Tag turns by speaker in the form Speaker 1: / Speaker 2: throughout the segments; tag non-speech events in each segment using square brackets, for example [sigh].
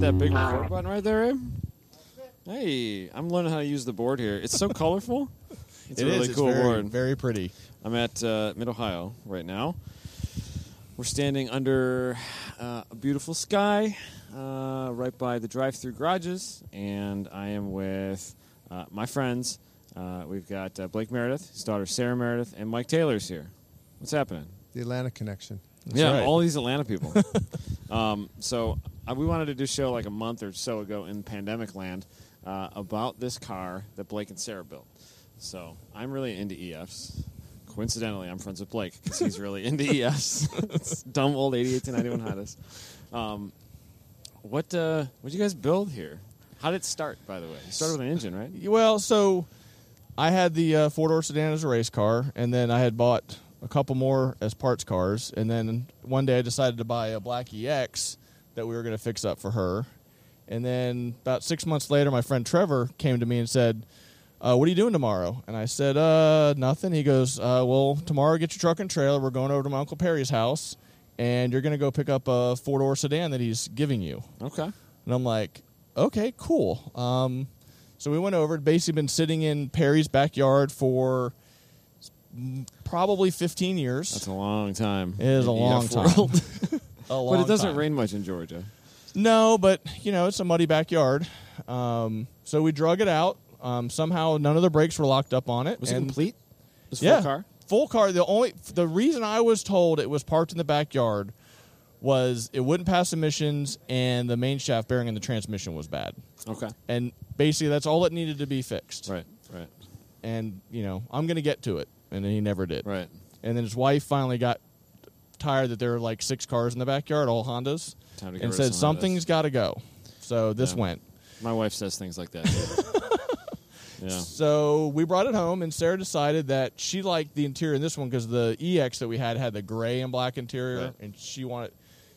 Speaker 1: that big record button right there, Abe? Hey, I'm learning how to use the board here. It's so colorful.
Speaker 2: [laughs]
Speaker 1: It's
Speaker 2: It
Speaker 1: a really
Speaker 2: is,
Speaker 1: cool
Speaker 2: it's very,
Speaker 1: board.
Speaker 2: Very pretty.
Speaker 1: I'm at uh, Mid Ohio right now. We're standing under uh, a beautiful sky uh, right by the drive through garages, and I am with uh, my friends. Uh, we've got uh, Blake Meredith, his daughter Sarah Meredith, and Mike Taylor's here. What's happening?
Speaker 3: The Atlanta connection.
Speaker 1: yeah,
Speaker 2: right.
Speaker 1: all these Atlanta people. [laughs] um, so uh, we wanted to do a show like a month or so ago in pandemic land uh, about this car that Blake and Sarah built. So I'm really into EFs. Coincidentally, I'm friends with Blake because he's really
Speaker 2: [laughs]
Speaker 1: into EFs. it's dumb old 88 to 91 Hondas. Um, what uh, what did you guys build here? How did it start? By the way, you started with an engine, right?
Speaker 2: Well, so I had the uh, four door sedan as a race car, and then I had bought a couple more as parts cars, and then one day I decided to buy a black EX that we were going to fix up for her, and then about six months later, my friend Trevor came to me and said. Uh, what are you doing tomorrow? And I said, uh, nothing. He goes, uh, well, tomorrow get your truck and trailer. We're going over to my Uncle Perry's house, and you're going to go pick up a four door sedan that he's giving you.
Speaker 1: Okay.
Speaker 2: And I'm like, okay, cool. Um, so we went over. It'd basically been sitting in Perry's backyard for mm, probably 15 years.
Speaker 1: That's a long time.
Speaker 2: it is a
Speaker 1: in
Speaker 2: long
Speaker 1: EF
Speaker 2: time.
Speaker 1: [laughs] world.
Speaker 2: a long
Speaker 1: but it doesn't
Speaker 2: time.
Speaker 1: rain much in Georgia.
Speaker 2: No, but you know it's a muddy backyard. Um, so we drug it out. Um, somehow none of the brakes were locked up on it.
Speaker 1: Was it
Speaker 2: and-
Speaker 1: complete? Was it
Speaker 2: yeah,
Speaker 1: full car?
Speaker 2: Full car. The only the reason I was told it was parked in the backyard was it wouldn't pass emissions and the main shaft bearing in the transmission was bad.
Speaker 1: Okay.
Speaker 2: and basically that's all that needed to be fixed.
Speaker 1: Right, right,
Speaker 2: And you know, I'm gonna get to it, and then he never did.
Speaker 1: right.
Speaker 2: And then his wife finally got tired that there were like six cars in the backyard, all Hondas,
Speaker 1: Time to get
Speaker 2: and
Speaker 1: rid
Speaker 2: said
Speaker 1: of some Hondas.
Speaker 2: something's got to go. So this
Speaker 1: Yeah.
Speaker 2: went.
Speaker 1: My wife says things like [laughs] that. too. yeah.
Speaker 2: So we brought it home, and Sarah decided that she liked the interior in this one because the EX that we had had the gray and black interior,
Speaker 1: Right.
Speaker 2: and she wanted.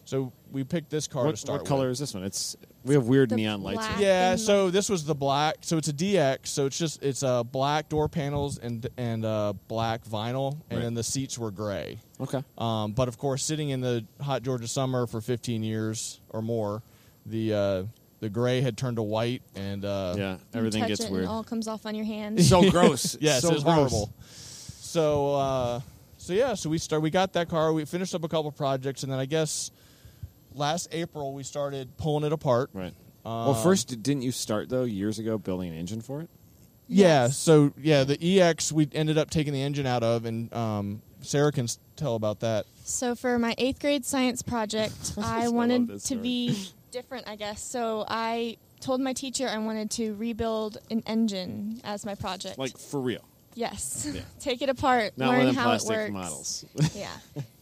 Speaker 2: So we picked this car to
Speaker 1: What,
Speaker 2: start.
Speaker 1: what
Speaker 2: with.
Speaker 1: color is this one? It's we have weird
Speaker 4: The
Speaker 1: neon lights.
Speaker 4: black.
Speaker 1: Here.
Speaker 2: Yeah,
Speaker 4: and
Speaker 2: so this was the black. So it's a DX. So it's just it's uh, black door panels and and uh, black vinyl, and
Speaker 1: Right.
Speaker 2: then the seats were gray.
Speaker 1: Okay.
Speaker 2: Um, but of course, sitting in the hot Georgia summer for 15 years or more, the uh, the gray had turned to white, and uh,
Speaker 1: Yeah.
Speaker 4: You
Speaker 1: Everything
Speaker 4: touch
Speaker 1: gets
Speaker 4: it
Speaker 1: weird. [laughs]
Speaker 4: And it all comes off on your hand.
Speaker 1: So [laughs] gross.
Speaker 2: yes,
Speaker 1: so
Speaker 2: it was horrible. So uh, so yeah, so we start we got that car. We finished up a couple projects, and then I guess last April we started pulling it apart.
Speaker 1: Right. well,
Speaker 4: Um,
Speaker 1: first, didn't you start though years ago building an engine for it?
Speaker 2: Yeah.
Speaker 4: Yes.
Speaker 2: So yeah, the EX we ended up taking the engine out of, and um, Sarah can s- tell about that.
Speaker 4: So for my eighth grade
Speaker 1: [laughs]
Speaker 4: science project, I
Speaker 1: love
Speaker 4: wanted
Speaker 1: this
Speaker 4: to
Speaker 1: story. [laughs]
Speaker 4: be different, I guess. So I told my teacher I wanted to rebuild an engine as my project.
Speaker 1: Like for real,
Speaker 4: yes,
Speaker 1: Yeah.
Speaker 4: [laughs] take it apart,
Speaker 1: not one
Speaker 4: learn
Speaker 1: of them
Speaker 4: how it
Speaker 1: plastic
Speaker 4: works.
Speaker 1: models.
Speaker 4: [laughs]
Speaker 1: [laughs]
Speaker 4: yeah.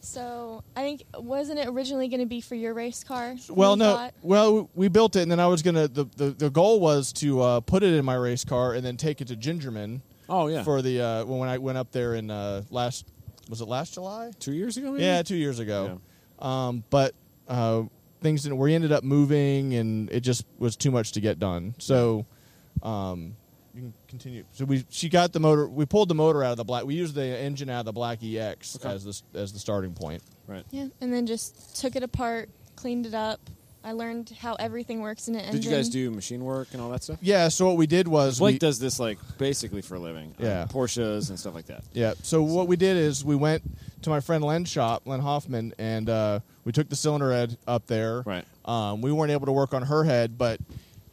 Speaker 4: So I think wasn't it originally going to be for your race car?
Speaker 2: Well,
Speaker 4: We
Speaker 2: no.
Speaker 4: thought-
Speaker 2: Well, we built it, and then I was gonna. The the, the goal was to uh, put it in my race car and then take it to Gingerman
Speaker 1: oh yeah.
Speaker 2: for the uh, when I went up there in uh, last was it last July?
Speaker 1: two years ago, maybe.
Speaker 2: Yeah, two years ago. Um, but uh, things didn't. We ended up moving, and it just was too much to get done. So um, you can continue. So we she got the motor. We pulled the motor out of the black. We used the engine out of the black EX
Speaker 1: Okay.
Speaker 2: as the as the starting point.
Speaker 1: Right.
Speaker 4: Yeah, and then just took it apart, cleaned it up. I learned how everything works in an engine.
Speaker 1: Did you guys do machine work and all that stuff?
Speaker 2: Yeah. So what we did was
Speaker 1: Blake
Speaker 2: we,
Speaker 1: does this like basically for a living. on
Speaker 2: Yeah.
Speaker 1: Porsches and stuff like that.
Speaker 2: Yeah. So what we did is we went to my friend Len's shop, Len Hoffman, and uh, we took the cylinder head up there.
Speaker 1: Right.
Speaker 2: Um, we weren't able to work on her head, but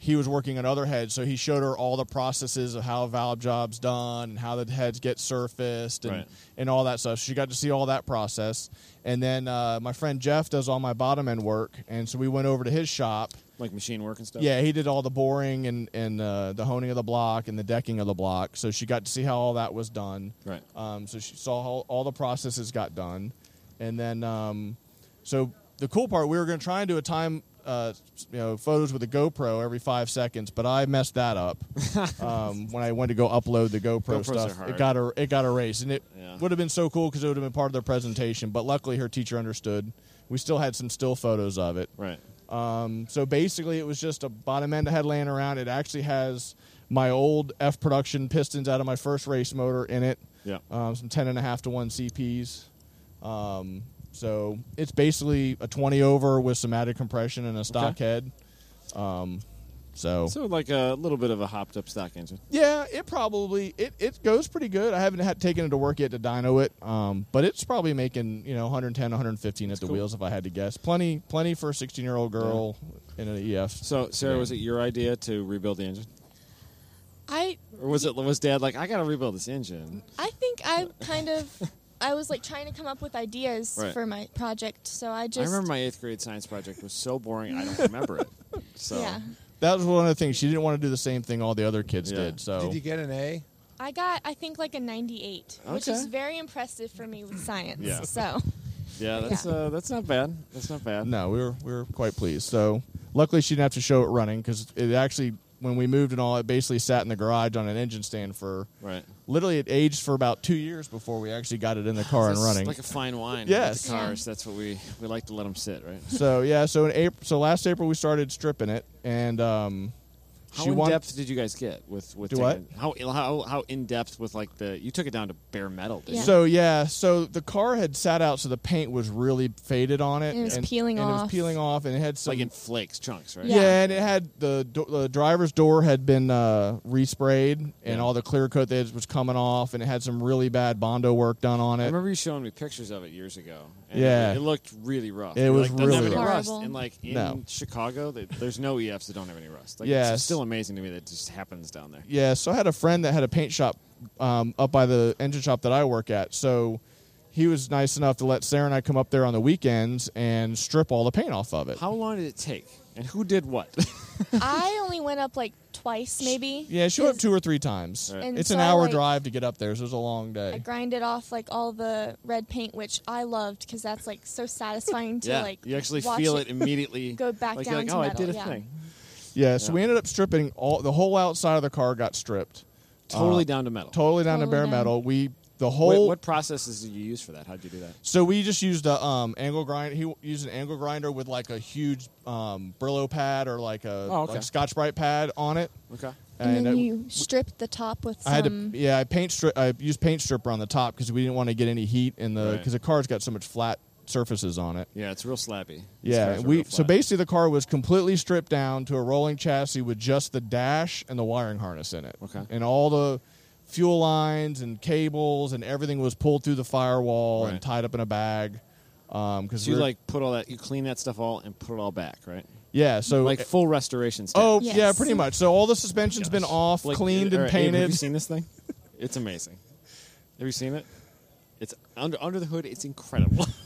Speaker 2: he was working on other heads, so he showed her all the processes of how a valve job's done and how the heads get surfaced and,
Speaker 1: Right.
Speaker 2: and all that stuff. She got to see all that process. And then uh, my friend Jeff does all my bottom end work, and so we went over to his shop.
Speaker 1: Like machine work and stuff.
Speaker 2: Yeah, he did all the boring and, and uh, the honing of the block and the decking of the block. So she got to see how all that was done.
Speaker 1: Right.
Speaker 2: Um, so she saw how all the processes got done, and then um, so the cool part we were going to try and do a time, uh, you know, photos with a GoPro every five seconds, but I messed
Speaker 1: [laughs]
Speaker 2: that up um, when I went to go upload the GoPro
Speaker 1: GoPros are
Speaker 2: stuff.
Speaker 1: hard.
Speaker 2: It got a, it got erased, and it
Speaker 1: Yeah.
Speaker 2: would have been so cool because it would have been part of their presentation. But luckily, her teacher understood. We still had some still photos of it.
Speaker 1: Right.
Speaker 2: Um, so basically, it was just a bottom end I had laying around. It actually has my old F production pistons out of my first race motor in it.
Speaker 1: Yeah.
Speaker 2: Um, some 10 and a half to 1 CPs. Um, so it's basically a 20 over with some added compression and a stock
Speaker 1: Okay.
Speaker 2: head. Um, so,
Speaker 1: So like a little bit of a hopped up stock engine.
Speaker 2: yeah, it probably it, it goes pretty good. I haven't had taken it to work yet to dyno it, um, but it's probably making you know 110, 115 at the
Speaker 1: cool.
Speaker 2: wheels if I had to guess. Plenty, plenty for a 16 year old girl in an E EF.
Speaker 1: So Sarah,
Speaker 2: Yeah.
Speaker 1: was it your idea to rebuild the engine,
Speaker 4: I
Speaker 1: or was it was Dad like I got to rebuild this engine?
Speaker 4: I think I kind of I was like trying to come up with ideas
Speaker 1: Right.
Speaker 4: for my project, so I just
Speaker 1: I remember my eighth grade science project was so boring I don't remember
Speaker 4: [laughs]
Speaker 1: it. So
Speaker 4: yeah.
Speaker 2: That was one of the things she didn't want to do the same thing all the other kids
Speaker 1: Yeah.
Speaker 2: did. So
Speaker 3: Did you get an A?
Speaker 4: I got I think like a 98, which
Speaker 1: Okay.
Speaker 4: is very impressive for me with science.
Speaker 1: Yeah.
Speaker 4: So
Speaker 1: yeah, that's
Speaker 4: Yeah.
Speaker 1: Uh, that's not bad. That's not bad.
Speaker 2: No, we were we were quite pleased. So luckily she didn't have to show it running because it actually when we moved and all it basically sat in the garage on an engine stand for
Speaker 1: Right.
Speaker 2: literally it aged for about two years before we actually got it in the car
Speaker 1: [laughs]
Speaker 2: and
Speaker 1: It's
Speaker 2: running.
Speaker 1: like a fine wine. with
Speaker 2: Yes.
Speaker 1: the cars. That's what we we like to let them sit. Right.
Speaker 2: so yeah, so in April, so last April we started stripping it and um,
Speaker 1: How
Speaker 2: she
Speaker 1: in
Speaker 2: wanted-
Speaker 1: depth did you guys get with with
Speaker 2: Do
Speaker 1: taking- How how how in depth with like the you took it down to bare metal? Didn't
Speaker 4: Yeah.
Speaker 1: you?
Speaker 2: So yeah, so the car had sat out, so the paint was really faded on it.
Speaker 4: And it was peeling
Speaker 2: and It
Speaker 4: off.
Speaker 2: was peeling off, and it had
Speaker 1: It's
Speaker 2: some
Speaker 1: like in flakes, chunks, right?
Speaker 4: Yeah.
Speaker 2: Yeah. and it had the do- the driver's door had been uh, resprayed, and
Speaker 1: Yeah.
Speaker 2: all the clear coat that was coming off, and it had some really bad bondo work done on
Speaker 1: I
Speaker 2: it.
Speaker 1: remember you showing me pictures of it years ago. And
Speaker 2: Uh, Yeah.
Speaker 1: it, it looked really rough.
Speaker 2: It
Speaker 1: You're
Speaker 2: was
Speaker 1: like, doesn't have
Speaker 2: really
Speaker 1: any
Speaker 4: rough.
Speaker 1: rust.
Speaker 4: Horrible.
Speaker 1: And like in
Speaker 2: No.
Speaker 1: Chicago, they, there's no EFs that don't have any rust. Like
Speaker 2: Yes.
Speaker 1: it's still amazing to me that it just happens down there.
Speaker 2: Yeah, so I had a friend that had a paint shop um, up by the engine shop that I work at. So he was nice enough to let Sarah and I come up there on the weekends and strip all the paint off of it.
Speaker 1: How long did it take? And who did
Speaker 4: [laughs]
Speaker 1: what?
Speaker 4: I only went up like twice maybe.
Speaker 2: yeah, she went up
Speaker 4: because
Speaker 2: two or three times.
Speaker 1: Right.
Speaker 4: And
Speaker 2: It's
Speaker 4: so
Speaker 2: an
Speaker 4: I,
Speaker 2: hour
Speaker 4: like-
Speaker 2: drive to get up there, so it was a long day.
Speaker 4: I grinded off like all the red paint, which I loved because that's like so satisfying
Speaker 1: [laughs]
Speaker 4: to
Speaker 1: yeah.
Speaker 4: like
Speaker 1: you actually
Speaker 4: watch
Speaker 1: feel it immediately.
Speaker 4: [laughs] go back
Speaker 1: like,
Speaker 4: down
Speaker 1: you're like,
Speaker 4: to
Speaker 1: oh, I
Speaker 4: metal,
Speaker 1: did a
Speaker 4: yeah.
Speaker 1: thing.
Speaker 2: Uh, yeah, so
Speaker 1: Yeah.
Speaker 2: we ended up stripping all the whole outside of the car got stripped.
Speaker 1: Totally
Speaker 2: Uh,
Speaker 1: down to metal.
Speaker 2: totally down to
Speaker 4: Totally
Speaker 2: bare
Speaker 4: down.
Speaker 2: metal. We the
Speaker 1: Wait,
Speaker 2: whole
Speaker 1: what processes did you use for that? How'd you do that?
Speaker 2: so we just used a um, angle grind. He w- used an angle grinder with like a huge um, Brillo pad or like a
Speaker 1: Oh, okay.
Speaker 2: like Scotch Brite pad on it.
Speaker 1: Okay.
Speaker 4: And then
Speaker 2: it-
Speaker 4: you stripped the top with some.
Speaker 2: I had to yeah I paint stri- I used paint stripper on the top because we didn't want to get any heat in the
Speaker 1: Right.
Speaker 2: because the car's got so much flat surfaces on it.
Speaker 1: Yeah, it's real slappy. These
Speaker 2: Yeah,
Speaker 1: cars are
Speaker 2: we
Speaker 1: real
Speaker 2: so
Speaker 1: flat.
Speaker 2: basically the car was completely stripped down to a rolling chassis with just the dash and the wiring harness in it.
Speaker 1: Okay.
Speaker 2: And all the fuel lines and cables and everything was pulled through the firewall and
Speaker 1: Right.
Speaker 2: tied up in a bag. Um, because
Speaker 1: So you like put all that, you clean that stuff all and put it all back, right?
Speaker 2: yeah, so eh,
Speaker 1: Like full restoration stuff.
Speaker 2: oh
Speaker 4: Yes.
Speaker 2: yeah, pretty much. So all the suspension's been off, cleaned and
Speaker 1: uh, have
Speaker 2: painted.
Speaker 1: you seen this thing? It's amazing. Have you seen it? It's under under the hood. It's incredible. [laughs]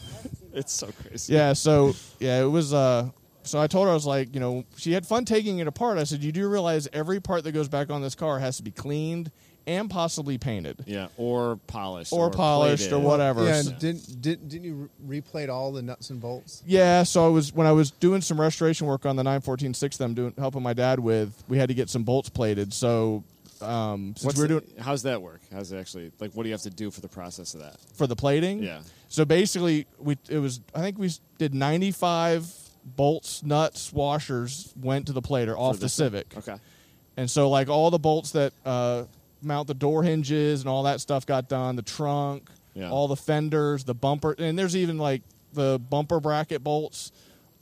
Speaker 1: it's so crazy.
Speaker 2: [laughs] yeah, so yeah, it was. uh So I told her I was like, you know, she had fun taking it apart. I said, you do realize every part that goes back on this car has to be cleaned and possibly painted.
Speaker 1: Yeah, or polished,
Speaker 2: Or polished
Speaker 1: plated.
Speaker 2: or whatever.
Speaker 3: Yeah,
Speaker 2: So-
Speaker 3: and didn't, didn't didn't you re- replate all the nuts and bolts?
Speaker 2: Yeah, so I was when I was doing some restoration work on the 914.6 that I'm doing helping my dad with, we had to get some bolts plated. So um, since
Speaker 1: What's
Speaker 2: we were
Speaker 1: the-
Speaker 2: doing
Speaker 1: how's that work? How's it actually like? What do you have to do for the process of that?
Speaker 2: for the plating,
Speaker 1: Yeah.
Speaker 2: So basically, we it was I think we s- did 95 bolts, nuts, washers went to the plater off the
Speaker 1: this
Speaker 2: Civic,
Speaker 1: Okay.
Speaker 2: and so like all the bolts that uh, mount the door hinges and all that stuff got done, the trunk,
Speaker 1: Yeah.
Speaker 2: all the fenders, the bumper, and there's even like the bumper bracket bolts.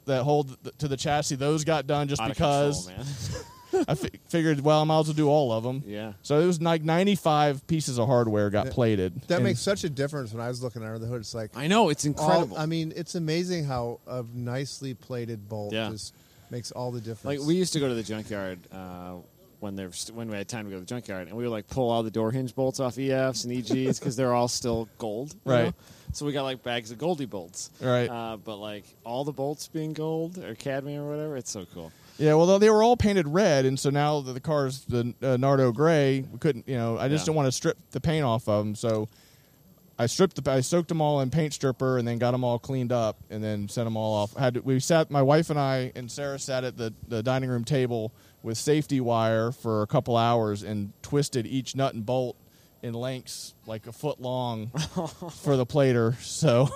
Speaker 2: That hold th- to the chassis; those got done just
Speaker 1: Out
Speaker 2: because
Speaker 1: of control, man. [laughs]
Speaker 2: I fi- figured, well, I might as well do all of them.
Speaker 1: Yeah.
Speaker 2: So it was like 95 pieces of hardware got plated.
Speaker 3: That
Speaker 2: And-
Speaker 3: makes such a difference when I was looking under the hood. It's like
Speaker 1: I know it's
Speaker 3: all-
Speaker 1: incredible.
Speaker 3: I mean, it's amazing how a nicely plated bolt
Speaker 1: Yeah.
Speaker 3: just makes all the difference.
Speaker 1: Like we used to go to the junkyard uh, when there was, when we had time to go to the junkyard, and we would like pull all the door hinge bolts off EFs and EGs because they're all still gold, you
Speaker 2: Right.
Speaker 1: know? So we got like bags of Goldie bolts,
Speaker 2: Right.
Speaker 1: Uh, but like all the bolts being gold or cadmium or whatever, it's so cool.
Speaker 2: Yeah, well, they were all painted red, and so now that the car's the uh, Nardo gray, we couldn't, you know, I just
Speaker 1: Yeah.
Speaker 2: didn't want to strip the paint off of them, so I stripped the, I soaked them all in paint stripper, and then got them all cleaned up, and then sent them all off. Had to, we sat, my wife and I and Sarah sat at the, the dining room table with safety wire for a couple hours and twisted each nut and bolt in lengths like a foot long for the plater. So,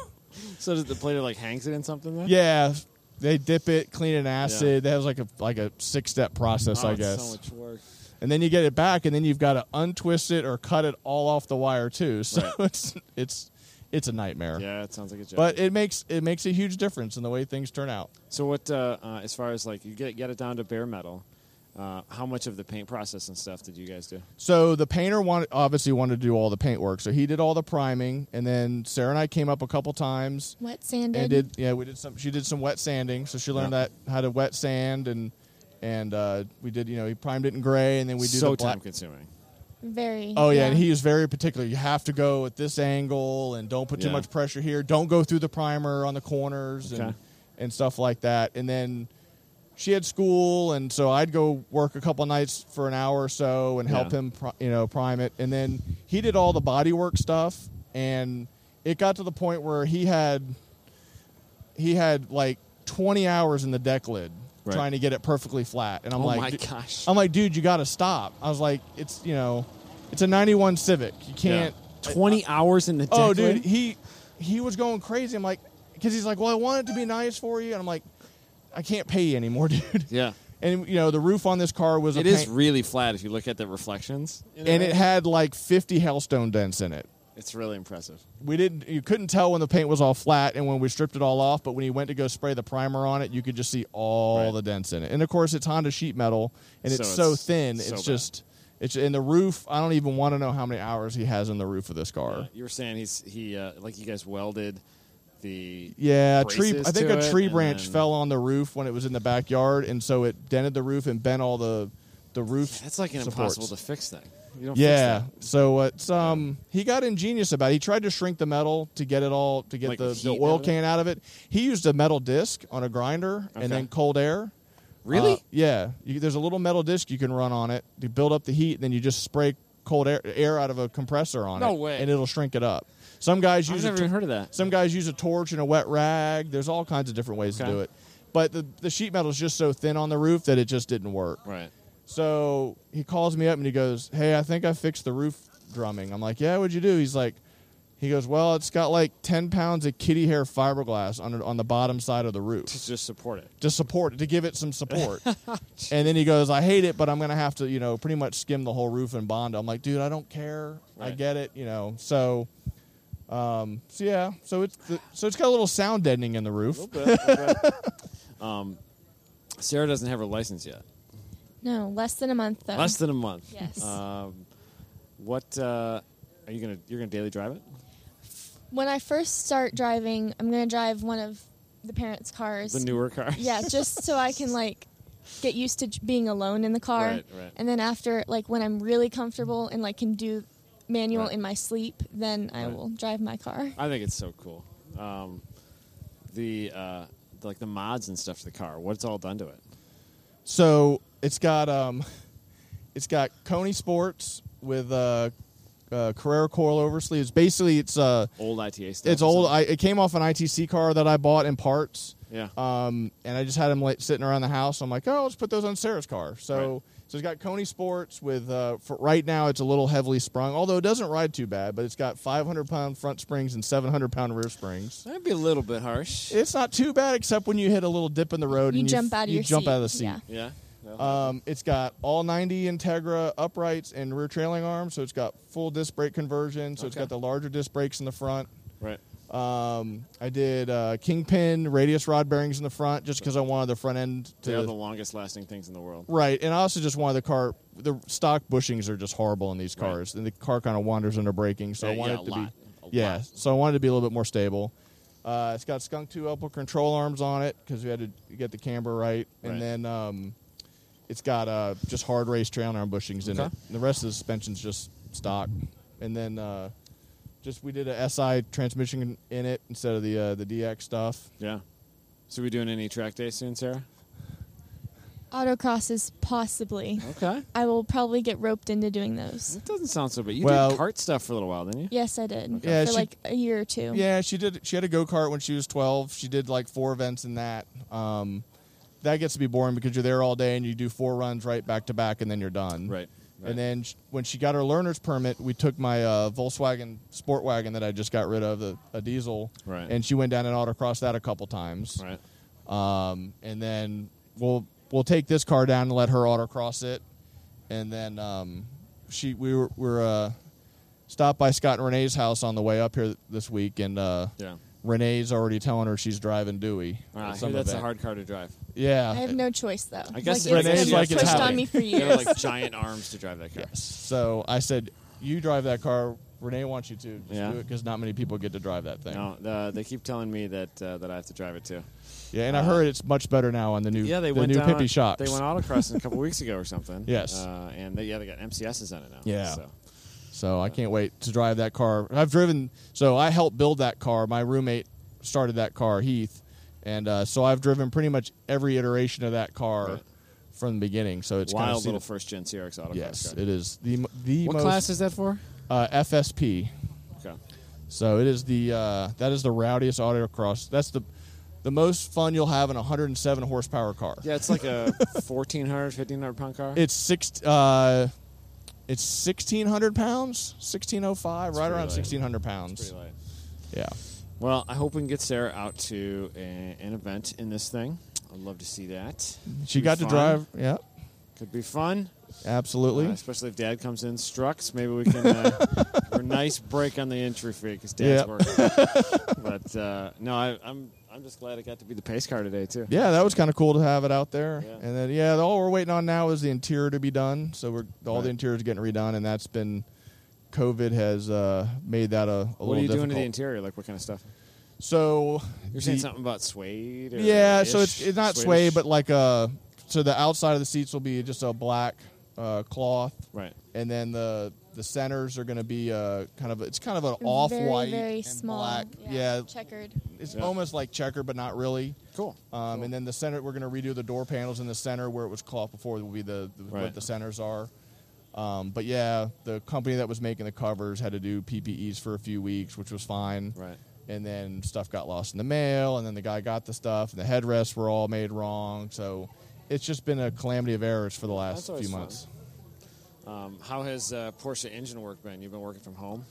Speaker 1: So does the plater like hangs it in something? Then?
Speaker 2: yeah. They dip it, clean it in acid. That was like a like a six step process,
Speaker 1: Oh,
Speaker 2: I
Speaker 1: it's
Speaker 2: guess
Speaker 1: so much work.
Speaker 2: and then you get it back, and then you've got to untwist it or cut it all off the wire too. [laughs] So
Speaker 1: Right.
Speaker 2: it's it's it's a nightmare.
Speaker 1: Yeah, it sounds like a joke.
Speaker 2: But it makes it makes a huge difference in the way things turn out.
Speaker 1: so what? Uh, uh, as far as like you get get it down to bare metal, uh, how much of the paint process and stuff did you guys do?
Speaker 2: So the painter wanted, obviously wanted to do all the paint work, so he did all the priming, and then Sarah and I came up a couple times
Speaker 4: Wet sanded.
Speaker 2: and did yeah we did some. She did some wet sanding, so she learned
Speaker 1: Yeah.
Speaker 2: that how to wet sand and and uh, we did you know he primed it in gray, and then we do
Speaker 1: so
Speaker 2: the black.
Speaker 1: time consuming.
Speaker 4: Very.
Speaker 2: Oh yeah, and he is very particular. You have to go at this angle, and don't put too
Speaker 1: Yeah.
Speaker 2: much pressure here. Don't go through the primer on the corners and
Speaker 1: Okay.
Speaker 2: and stuff like that. And then she had school, and so I'd go work a couple nights for an hour or so and help
Speaker 1: Yeah.
Speaker 2: him, pri- you know, prime it. And then he did all the bodywork stuff, and it got to the point where he had he had like twenty hours in the deck lid.
Speaker 1: Right.
Speaker 2: Trying to get it perfectly flat, and I'm
Speaker 1: Oh
Speaker 2: like,
Speaker 1: my
Speaker 2: "Dude,
Speaker 1: gosh.
Speaker 2: I'm like, dude, you got to stop. I was like, it's you know, it's a '91 Civic.
Speaker 1: Yeah.
Speaker 2: You can't.
Speaker 1: Twenty hours in the.
Speaker 2: Oh,
Speaker 1: deck
Speaker 2: dude,
Speaker 1: lid?
Speaker 2: he he was going crazy. I'm like, because he's like, well, I want it to be nice for you, and I'm like, I can't pay you anymore, [laughs] dude.
Speaker 1: yeah.
Speaker 2: And you know, the roof on this car was
Speaker 1: It
Speaker 2: a
Speaker 1: is
Speaker 2: paint-
Speaker 1: really flat if you look at the reflections. in
Speaker 2: and it had like 50 hailstone dents in it.
Speaker 1: It's really impressive.
Speaker 2: We didn't, you couldn't tell when the paint was all flat and when we stripped it all off. But when he went to go spray the primer on it, you could just see all
Speaker 1: Right.
Speaker 2: the dents in it. And of course, it's Honda sheet metal, and it's
Speaker 1: So
Speaker 2: so,
Speaker 1: it's
Speaker 2: thin,
Speaker 1: so
Speaker 2: it's
Speaker 1: bad.
Speaker 2: just. It's in the roof. I don't even want to know how many hours he has in the roof of this car.
Speaker 1: Uh, you were saying he's he uh, like you guys welded the
Speaker 2: Yeah, a tree.
Speaker 1: braces
Speaker 2: I think
Speaker 1: to
Speaker 2: a
Speaker 1: it,
Speaker 2: tree
Speaker 1: and
Speaker 2: branch
Speaker 1: then-
Speaker 2: fell on the roof when it was in the backyard, and so it dented the roof and bent all the the roof.
Speaker 1: That's like an
Speaker 2: supports.
Speaker 1: impossible to fix thing. You don't
Speaker 2: Yeah. Uh,
Speaker 1: fix
Speaker 2: So it's um he got ingenious about. it. He tried to shrink the metal to get it all to get
Speaker 1: Like
Speaker 2: the, the
Speaker 1: heat out
Speaker 2: oil
Speaker 1: of it?
Speaker 2: can out of it. He used a metal disc on a grinder
Speaker 1: Okay.
Speaker 2: and then cold air.
Speaker 1: Really?
Speaker 2: Uh, yeah. You, there's a little metal disc you can run on it to build up the heat, and then you just spray cold air air out of a compressor on it.
Speaker 1: No way.
Speaker 2: And it'll shrink it up. Some guys
Speaker 1: I've
Speaker 2: use
Speaker 1: never
Speaker 2: a
Speaker 1: even heard of that.
Speaker 2: Some guys use a torch and a wet rag. There's all kinds of different ways
Speaker 1: Okay.
Speaker 2: to do it. But the, the sheet metal is just so thin on the roof that it just didn't work.
Speaker 1: that. Right.
Speaker 2: So he calls me up and he goes, "Hey, I think I fixed the roof drumming." I'm like, "Yeah, what'd you do?" He's like, "He goes, well, it's got like ten pounds of kitty hair fiberglass on it, on the bottom side of the
Speaker 1: To
Speaker 2: roof
Speaker 1: just support it.
Speaker 2: to support to give it some support." and then he goes, "I hate it, but I'm gonna have to, you know, pretty much skim the whole roof and bond." it." I'm like, "Dude, I don't care. I
Speaker 1: Right.
Speaker 2: get it, you know." So. Um, so yeah, so it's so it's got a little sound deadening in the roof.
Speaker 1: [laughs] um, Sarah doesn't have her license yet.
Speaker 4: No, less than a month though.
Speaker 1: Less than a month.
Speaker 4: Yes.
Speaker 1: Um, what uh, are you gonna? You're gonna daily drive it?
Speaker 4: when I first start driving, I'm gonna drive one of the parents' cars.
Speaker 1: The newer car.
Speaker 4: yeah, just so I can like get used to j- being alone in the car.
Speaker 1: Right, right.
Speaker 4: And then after, like when I'm really comfortable and like can do manual
Speaker 1: Right.
Speaker 4: in my sleep, then I
Speaker 1: Right.
Speaker 4: will drive my car.
Speaker 1: I think it's so cool. Um, the uh, like the mods and stuff to the car. What's all done to it?
Speaker 2: So it's got um, [laughs] it's got Coney Sports with uh, uh, Carrera coilover sleeves. Basically, it's uh,
Speaker 1: Old ITA stuff.
Speaker 2: it's
Speaker 1: or
Speaker 2: old.
Speaker 1: something?
Speaker 2: I, it came off an ITC car that I bought in parts.
Speaker 1: yeah.
Speaker 2: Um, and I just had them like sitting around the house. I'm like, oh, let's put those on Sarah's car. So,
Speaker 1: Right.
Speaker 2: so it's got Coney Sports with. Uh, for right now, it's a little heavily sprung, although it doesn't ride too bad. But it's got 500 pound front springs and 700 pound rear springs.
Speaker 1: That'd be a little bit harsh.
Speaker 2: It's not too bad, except when you hit a little dip in the road
Speaker 4: You
Speaker 2: and
Speaker 4: jump
Speaker 2: you, f-
Speaker 4: out of
Speaker 2: you
Speaker 4: your
Speaker 2: jump
Speaker 4: seat.
Speaker 2: out of the seat.
Speaker 4: Yeah.
Speaker 1: yeah. Well,
Speaker 2: Um, it's got all 90 Integra uprights and rear trailing arms, so it's got full disc brake conversion. So it's
Speaker 1: Okay.
Speaker 2: got the larger disc brakes in the front.
Speaker 1: right.
Speaker 2: Um, I did uh, kingpin radius rod bearings in the front just because I wanted the front end to
Speaker 1: They are the longest lasting things in the world.
Speaker 2: right, and I also just wanted the car. The stock bushings are just horrible in these
Speaker 1: Right.
Speaker 2: cars, and the car kind of wanders under braking. So
Speaker 1: Yeah,
Speaker 2: I wanted
Speaker 1: yeah,
Speaker 2: it
Speaker 1: a
Speaker 2: to
Speaker 1: lot.
Speaker 2: be
Speaker 1: A
Speaker 2: yeah.
Speaker 1: lot.
Speaker 2: So I wanted it to be a little bit more stable. Uh, it's got skunk two upper control arms on it because we had to get the camber right,
Speaker 1: Right.
Speaker 2: and then um, it's got uh, just hard race trailing arm bushings in it.
Speaker 1: Okay.
Speaker 2: And the rest of the suspension's just stock, and then uh, just we did a SI transmission in it instead of the uh, the DX stuff.
Speaker 1: Yeah. So we doing any track day soon, Sarah?
Speaker 4: Autocrosses, possibly.
Speaker 1: Okay.
Speaker 4: I will probably get roped into doing those.
Speaker 1: It doesn't sound so bad. You
Speaker 2: Well-
Speaker 1: did cart stuff for a little while, didn't you?
Speaker 4: Yes, I did
Speaker 2: Okay. Yeah,
Speaker 4: for
Speaker 2: she-
Speaker 4: like a year or
Speaker 1: Um,
Speaker 4: two.
Speaker 2: Yeah, she did. She had a go kart when she was twelve. She did like four events in that. Um, that gets to be boring because you're there all day and you do four runs right back to back and then you're done.
Speaker 1: Right, right.
Speaker 2: And then sh- when she got her learner's permit, we took my uh, Volkswagen Sport wagon that I just got rid of, the, a diesel,
Speaker 1: Right.
Speaker 2: and she went down and autocrossed that a couple times.
Speaker 1: Right.
Speaker 2: Um, and then we'll we'll take this car down and let her autocross it, and then um, she we were, we're uh, stopped by Scott and Renee's house on the way up here this week, and uh,
Speaker 1: Yeah.
Speaker 2: Renee's already telling her she's driving Dewey. at
Speaker 1: Ah, I hear
Speaker 2: some
Speaker 1: that's a
Speaker 2: event.
Speaker 1: hard car to [laughs] drive.
Speaker 2: Yeah.
Speaker 4: I have no choice though.
Speaker 1: I guess
Speaker 4: like,
Speaker 2: Renee's
Speaker 4: it's been
Speaker 2: like it's
Speaker 4: pushed on
Speaker 2: happening.
Speaker 4: me for
Speaker 1: You
Speaker 4: years.
Speaker 1: have like giant arms to drive that car.
Speaker 2: Yes. So I said, "You drive that car. Renee wants you to. Just
Speaker 1: Yeah.
Speaker 2: do it because not many people get to drive that thing."
Speaker 1: No, uh, they keep telling me that uh, that I have to drive it too.
Speaker 2: Yeah, and I
Speaker 1: Uh,
Speaker 2: heard it's much better now on the new
Speaker 1: Yeah, they
Speaker 2: the
Speaker 1: went
Speaker 2: new
Speaker 1: down,
Speaker 2: Pippy shocks.
Speaker 1: They went autocrossing a couple weeks ago
Speaker 2: [laughs]
Speaker 1: or something.
Speaker 2: Yes.
Speaker 1: uh, and they, yeah, they got MCSs in it now.
Speaker 2: Yeah.
Speaker 1: so.
Speaker 2: so I can't wait to drive that car. I've driven. So I helped build that car. My roommate started that car, Heath, and uh, so I've driven pretty much every iteration of that car
Speaker 1: Right.
Speaker 2: from the beginning. So it's kind of
Speaker 1: wild
Speaker 2: seen
Speaker 1: little
Speaker 2: it-
Speaker 1: first gen CRX autocross
Speaker 2: Yes,
Speaker 1: car.
Speaker 2: it is the m- the
Speaker 1: What
Speaker 2: most
Speaker 1: class is that for?
Speaker 2: uh, FSP.
Speaker 1: Okay.
Speaker 2: So it is the uh, that is the rowdiest autocross. That's the the most fun you'll have in a 107 horsepower car.
Speaker 1: Yeah, it's like
Speaker 2: [laughs]
Speaker 1: a 1400, 1500 pound car.
Speaker 2: It's six. Uh, it's 1600 pounds, 1605, right
Speaker 1: pretty
Speaker 2: around
Speaker 1: light.
Speaker 2: 1600
Speaker 1: pretty
Speaker 2: pounds.
Speaker 1: light.
Speaker 2: Yeah.
Speaker 1: Well, I hope we can get Sarah out to a, an event in this thing. I'd love to see that.
Speaker 2: She
Speaker 1: Could be
Speaker 2: got to
Speaker 1: fun.
Speaker 2: drive. Yeah.
Speaker 1: Could be fun,
Speaker 2: Absolutely.
Speaker 1: Uh, especially if Dad comes in, structs. Maybe we can
Speaker 2: [laughs]
Speaker 1: uh, for a nice break on the entry fee because Dad's
Speaker 2: Yep.
Speaker 1: working.
Speaker 2: [laughs]
Speaker 1: but uh, no, I, I'm I'm just glad it got to be the pace car today too.
Speaker 2: yeah, that was kind of cool to have it out there.
Speaker 1: Yeah.
Speaker 2: And then yeah, all we're waiting on now is the interior to be done. So we're all
Speaker 1: Right.
Speaker 2: the interiors getting redone, and that's been COVID has uh, made that a, a little
Speaker 1: What are you doing
Speaker 2: difficult.
Speaker 1: to the interior? Like what kind of stuff?
Speaker 2: so
Speaker 1: You're saying
Speaker 2: the-
Speaker 1: something about suede? Or
Speaker 2: Yeah, so
Speaker 1: ish?
Speaker 2: it's, it's not
Speaker 1: Suede-ish?
Speaker 2: suede, but like uh, so the outside of the seats will be just a black uh, cloth,
Speaker 1: right.
Speaker 2: and then the the centers are going to be uh, kind of it's kind of an
Speaker 4: Very,
Speaker 2: off white,
Speaker 4: very
Speaker 2: and
Speaker 4: small.
Speaker 2: black.
Speaker 4: Yeah,
Speaker 2: Yeah,
Speaker 4: checkered.
Speaker 2: it's
Speaker 1: Yeah.
Speaker 2: almost like checker, but not really.
Speaker 1: Cool.
Speaker 2: Um, And then the center, we're going to redo the door panels in the center where it was cloth before. Will be the, the
Speaker 1: Right.
Speaker 2: what the centers are. Um, but yeah, the company that was making the covers had to do PPEs for a few weeks, which was fine
Speaker 1: Right.
Speaker 2: and then stuff got lost in the mail, and then the guy got the stuff, and the headrests were all made wrong. So it's just been a calamity of errors for the
Speaker 1: That's
Speaker 2: last
Speaker 1: always
Speaker 2: few
Speaker 1: fun.
Speaker 2: months.
Speaker 1: Um, how has uh, Porsche engine work been? You've been working from home,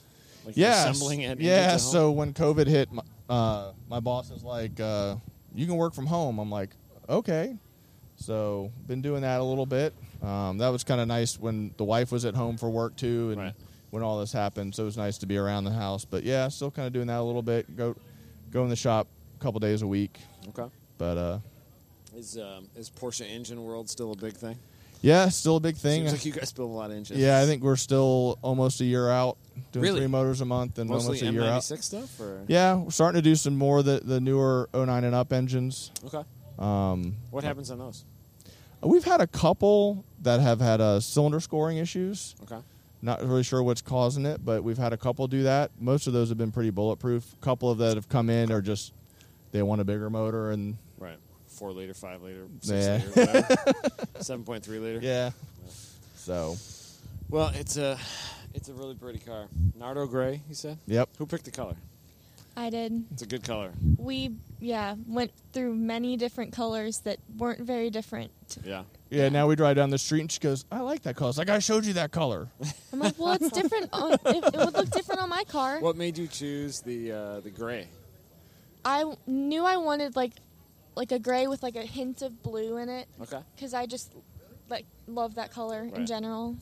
Speaker 1: like
Speaker 2: Yeah,
Speaker 1: assembling at
Speaker 2: yeah.
Speaker 1: engines at home?
Speaker 2: So when COVID hit, my, uh, my boss is like, uh, "You can work from home." I'm like, "Okay." So been doing that a little bit. Um, that was kind of nice when the wife was at home for work too, and
Speaker 1: Right.
Speaker 2: when all this happened, so it was nice to be around the house. But yeah, still kind of doing that a little bit. Go, go in the shop a couple days a week,
Speaker 1: okay.
Speaker 2: but. uh
Speaker 1: Is um, is Porsche engine world still a big thing?
Speaker 2: Yeah, still a big thing. uh,
Speaker 1: Seems like you guys build a lot of engines.
Speaker 2: yeah, I think we're still almost a year out doing
Speaker 1: Really?
Speaker 2: three motors a month and
Speaker 1: mostly
Speaker 2: almost a year out.
Speaker 1: M96 stuff. Or
Speaker 2: Yeah, we're starting to do some more of the, the newer 09 and up engines.
Speaker 1: okay.
Speaker 2: Um,
Speaker 1: What happens on those?
Speaker 2: we've had a couple that have had uh, cylinder scoring issues.
Speaker 1: Okay,
Speaker 2: Not really sure what's causing it, but we've had a couple do that. Most of those have been pretty bulletproof. A couple of that have come in are just they want a bigger motor and
Speaker 1: right. Four liter, five liter, six
Speaker 2: Yeah.
Speaker 1: liter,
Speaker 2: [laughs]
Speaker 1: whatever. seven point three liter.
Speaker 2: yeah. So
Speaker 1: Well, it's a it's a really pretty car. Nardo gray, you said.
Speaker 2: yep,
Speaker 1: Who picked the color?
Speaker 4: I did.
Speaker 1: It's a good color.
Speaker 4: We yeah went through many different colors that weren't very different.
Speaker 1: Yeah.
Speaker 2: yeah. Now we drive down the street and she goes, "I like that color." It's like I showed you that color.
Speaker 4: I'm like, well, it's different. On, it, it would look different on my car.
Speaker 1: What made you choose the uh, the gray?
Speaker 4: I knew I wanted like like a gray with like a hint of blue in it
Speaker 1: Okay.
Speaker 4: because I just like love that color
Speaker 1: Right.
Speaker 4: in general.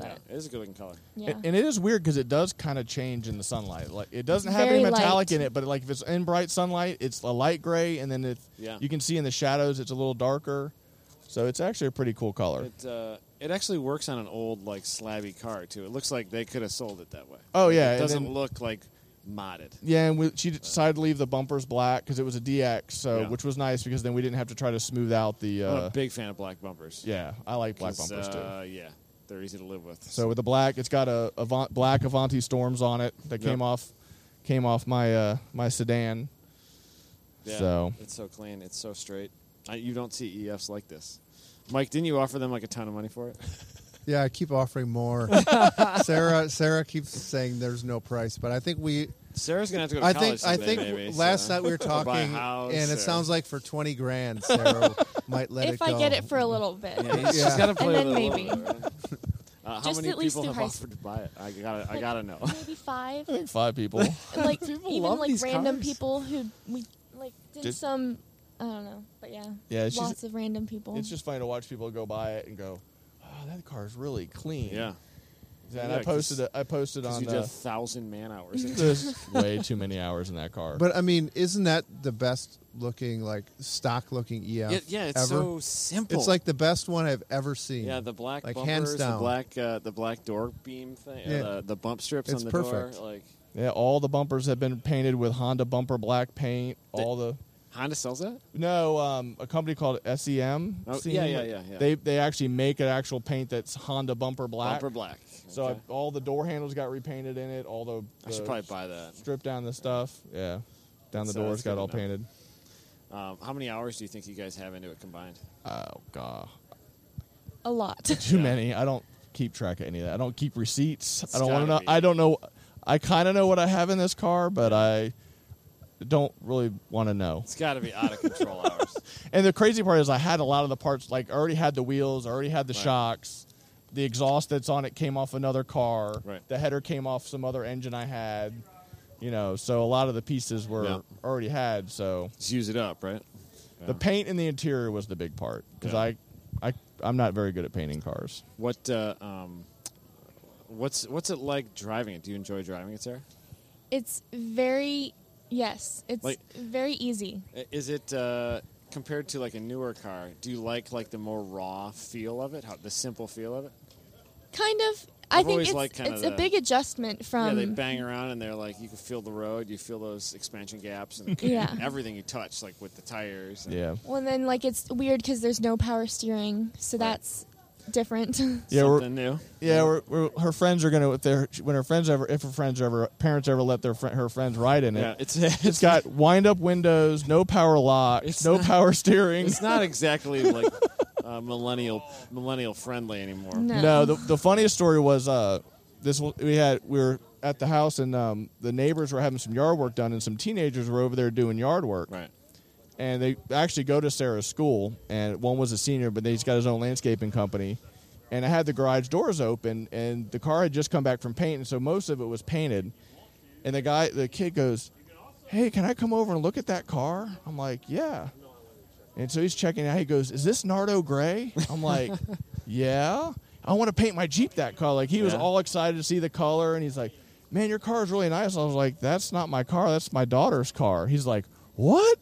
Speaker 1: Yeah,
Speaker 4: But
Speaker 1: it is a good looking color.
Speaker 4: yeah,
Speaker 2: And, and it is weird because it does kind of change in the sunlight. Like it doesn't have
Speaker 4: Very
Speaker 2: any metallic
Speaker 4: light.
Speaker 2: in it, but like if it's in bright sunlight, it's a light gray, and then if
Speaker 1: Yeah.
Speaker 2: you can see in the shadows, it's a little darker. So it's actually a pretty cool color.
Speaker 1: It uh, it actually works on an old like slabby car too. It looks like they could have sold it that way.
Speaker 2: Oh,
Speaker 1: Like,
Speaker 2: yeah,
Speaker 1: it
Speaker 2: and
Speaker 1: doesn't
Speaker 2: then-
Speaker 1: look like modded.
Speaker 2: yeah, and we, she decided to leave the bumpers black because it was a DX, so
Speaker 1: Yeah.
Speaker 2: which was nice because then we didn't have to try to smooth out the.
Speaker 1: I'm
Speaker 2: Uh,
Speaker 1: a big fan of black bumpers.
Speaker 2: yeah, I like black
Speaker 1: 'Cause,
Speaker 2: bumpers too.
Speaker 1: uh, Yeah, they're easy to live with.
Speaker 2: So with the black, it's got a Avant, black Avanti Storms on it that
Speaker 1: Yep.
Speaker 2: came off, came off my uh, my sedan.
Speaker 1: yeah,
Speaker 2: so-
Speaker 1: it's so clean, it's so straight. I, you don't see EFs like this. Mike, didn't you offer them like a ton of money for it?
Speaker 3: Yeah, I keep offering more. Sarah, Sarah keeps saying there's no price, but I think we.
Speaker 1: [laughs] Sarah's gonna have to go to
Speaker 3: I
Speaker 1: college
Speaker 3: think I
Speaker 1: someday,
Speaker 3: think
Speaker 1: maybe,
Speaker 3: last
Speaker 1: so. [laughs]
Speaker 3: night we were
Speaker 1: Or buy a
Speaker 3: talking,
Speaker 1: house
Speaker 3: and
Speaker 1: or-
Speaker 3: it sounds like for twenty grand, Sarah
Speaker 1: [laughs]
Speaker 3: might let it
Speaker 4: if
Speaker 3: go.
Speaker 4: I get it for a little bit,
Speaker 1: Yeah, he's- she's
Speaker 3: Yeah.
Speaker 1: gotta play
Speaker 4: And
Speaker 1: with
Speaker 4: then
Speaker 1: it a
Speaker 4: maybe.
Speaker 1: little bit, right? [laughs] Uh, how
Speaker 4: Just
Speaker 1: many
Speaker 4: at least
Speaker 1: people
Speaker 4: through
Speaker 1: have
Speaker 4: high
Speaker 1: offered to buy it? I gotta, I gotta know.
Speaker 4: maybe five.
Speaker 2: I think
Speaker 1: [laughs]
Speaker 2: five people.
Speaker 4: like
Speaker 1: People
Speaker 4: even
Speaker 1: love
Speaker 4: like
Speaker 1: these
Speaker 4: random
Speaker 1: cars.
Speaker 4: people who we like did
Speaker 2: Just-
Speaker 4: some I don't know, but yeah,
Speaker 2: Yeah, it's just-
Speaker 4: lots of random people.
Speaker 2: It's just funny to watch people go by it and go, "Oh, that car's really clean."
Speaker 1: [laughs] yeah,
Speaker 2: And
Speaker 1: Yeah,
Speaker 2: I posted it. I posted
Speaker 1: Because
Speaker 2: on
Speaker 1: you
Speaker 2: uh,
Speaker 1: did a thousand man hours. [laughs]
Speaker 2: there's way too many hours in that car.
Speaker 3: But I mean, isn't that the best looking, like stock looking EF?
Speaker 1: yeah, yeah, it's
Speaker 3: ever?
Speaker 1: so simple.
Speaker 3: It's like the best one I've ever seen.
Speaker 1: yeah, the black
Speaker 3: like,
Speaker 1: bumpers,
Speaker 3: hands
Speaker 1: the
Speaker 3: down.
Speaker 1: black uh, the black door beam thing, uh,
Speaker 3: Yeah.
Speaker 1: the, the bump strips
Speaker 3: It's
Speaker 1: on the
Speaker 3: perfect.
Speaker 1: door. Like
Speaker 2: yeah, all the bumpers have been painted with Honda bumper black paint. All the
Speaker 1: Honda sells that.
Speaker 2: no, um, a company called SEM.
Speaker 1: Oh,
Speaker 2: SEM,
Speaker 1: yeah, yeah, yeah, yeah.
Speaker 2: They they actually make an actual paint that's Honda bumper black.
Speaker 1: Bumper black.
Speaker 2: So
Speaker 1: Okay.
Speaker 2: I, all the door handles got repainted in it. All the,
Speaker 1: I should
Speaker 2: the
Speaker 1: probably buy that.
Speaker 2: strip down the stuff. Yeah, down the
Speaker 1: So that's
Speaker 2: doors
Speaker 1: good
Speaker 2: got
Speaker 1: to
Speaker 2: all
Speaker 1: know.
Speaker 2: painted.
Speaker 1: Um, how many hours do you think you guys have into it combined?
Speaker 2: Oh god,
Speaker 4: A lot.
Speaker 2: too
Speaker 1: Yeah.
Speaker 2: many. I don't keep track of any of that. I don't keep receipts. I don't
Speaker 1: gotta
Speaker 2: want to know.
Speaker 1: be.
Speaker 2: I don't know. I kind of know what I have in this car, but I don't really want to know.
Speaker 1: It's got to be out of
Speaker 2: [laughs]
Speaker 1: control hours.
Speaker 2: And the crazy part is, I had a lot of the parts. Like, I already had the wheels. I already had the
Speaker 1: Right.
Speaker 2: shocks. The exhaust that's on it came off another car.
Speaker 1: Right.
Speaker 2: The header came off some other engine I had. You know, so a lot of the pieces were
Speaker 1: Yeah.
Speaker 2: already had. So
Speaker 1: Just use it up, right? Yeah.
Speaker 2: the paint and the interior was the big part because
Speaker 1: Yeah.
Speaker 2: I, I, I'm not very good at painting cars.
Speaker 1: What uh, um, what's what's it like driving it? Do you enjoy driving it, Sarah?
Speaker 4: It's very yes. It's
Speaker 1: Like-
Speaker 4: very easy.
Speaker 1: I- Is it uh, compared to like a newer car? Do you like like the more raw feel of it? How the simple feel of it?
Speaker 4: Kind of.
Speaker 1: I've
Speaker 4: i think
Speaker 1: always
Speaker 4: it's,
Speaker 1: liked kinda
Speaker 4: it's
Speaker 1: the-
Speaker 4: a big adjustment
Speaker 1: yeah,
Speaker 4: from
Speaker 1: they bang around and they're like you can feel the road, you feel those expansion gaps and
Speaker 4: Yeah.
Speaker 1: everything you touch, like with the tires. and-
Speaker 2: Yeah.
Speaker 4: Well, and then like it's weird because there's no power steering, so
Speaker 1: Right.
Speaker 4: that's different. [laughs]
Speaker 2: Yeah,
Speaker 1: something
Speaker 2: we're,
Speaker 1: new.
Speaker 2: yeah. We're, we're, her friends are gonna if their when her friends ever if her friends ever parents ever let their fri her friends ride in it.
Speaker 1: Yeah, it's [laughs] it's
Speaker 2: It's got wind up windows, no power locks,
Speaker 1: It's
Speaker 2: no
Speaker 1: not-
Speaker 2: power steering.
Speaker 1: it's not exactly like uh, millennial millennial friendly anymore.
Speaker 4: No.
Speaker 2: No, the, the funniest story was uh, this w- we had we were at the house and um, the neighbors were having some yard work done and some teenagers were over there doing yard work
Speaker 1: Right.
Speaker 2: and they actually go to Sarah's school and one was a senior but he's got his own landscaping company and I had the garage doors open and the car had just come back from painting so most of it was painted and the guy the kid goes hey can I come over and look at that car I'm like yeah and so he's checking it out. He goes, "Is this Nardo Gray?" I'm like, "Yeah, I want to paint my Jeep that color." Like he was
Speaker 1: Yeah.
Speaker 2: all excited to see the color, and he's like, "Man, your car is really nice." I was like, "That's not my car. That's my daughter's car." He's like, "What?"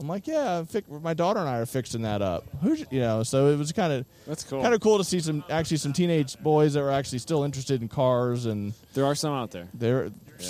Speaker 2: I'm like, "Yeah, I'm fix- my daughter and I are fixing that up." Who's you know? So it was kind of
Speaker 1: That's cool.
Speaker 2: Kind of cool to see some actually some teenage boys that were actually still interested in cars, and
Speaker 1: There are some out there.
Speaker 2: they're
Speaker 1: Yeah.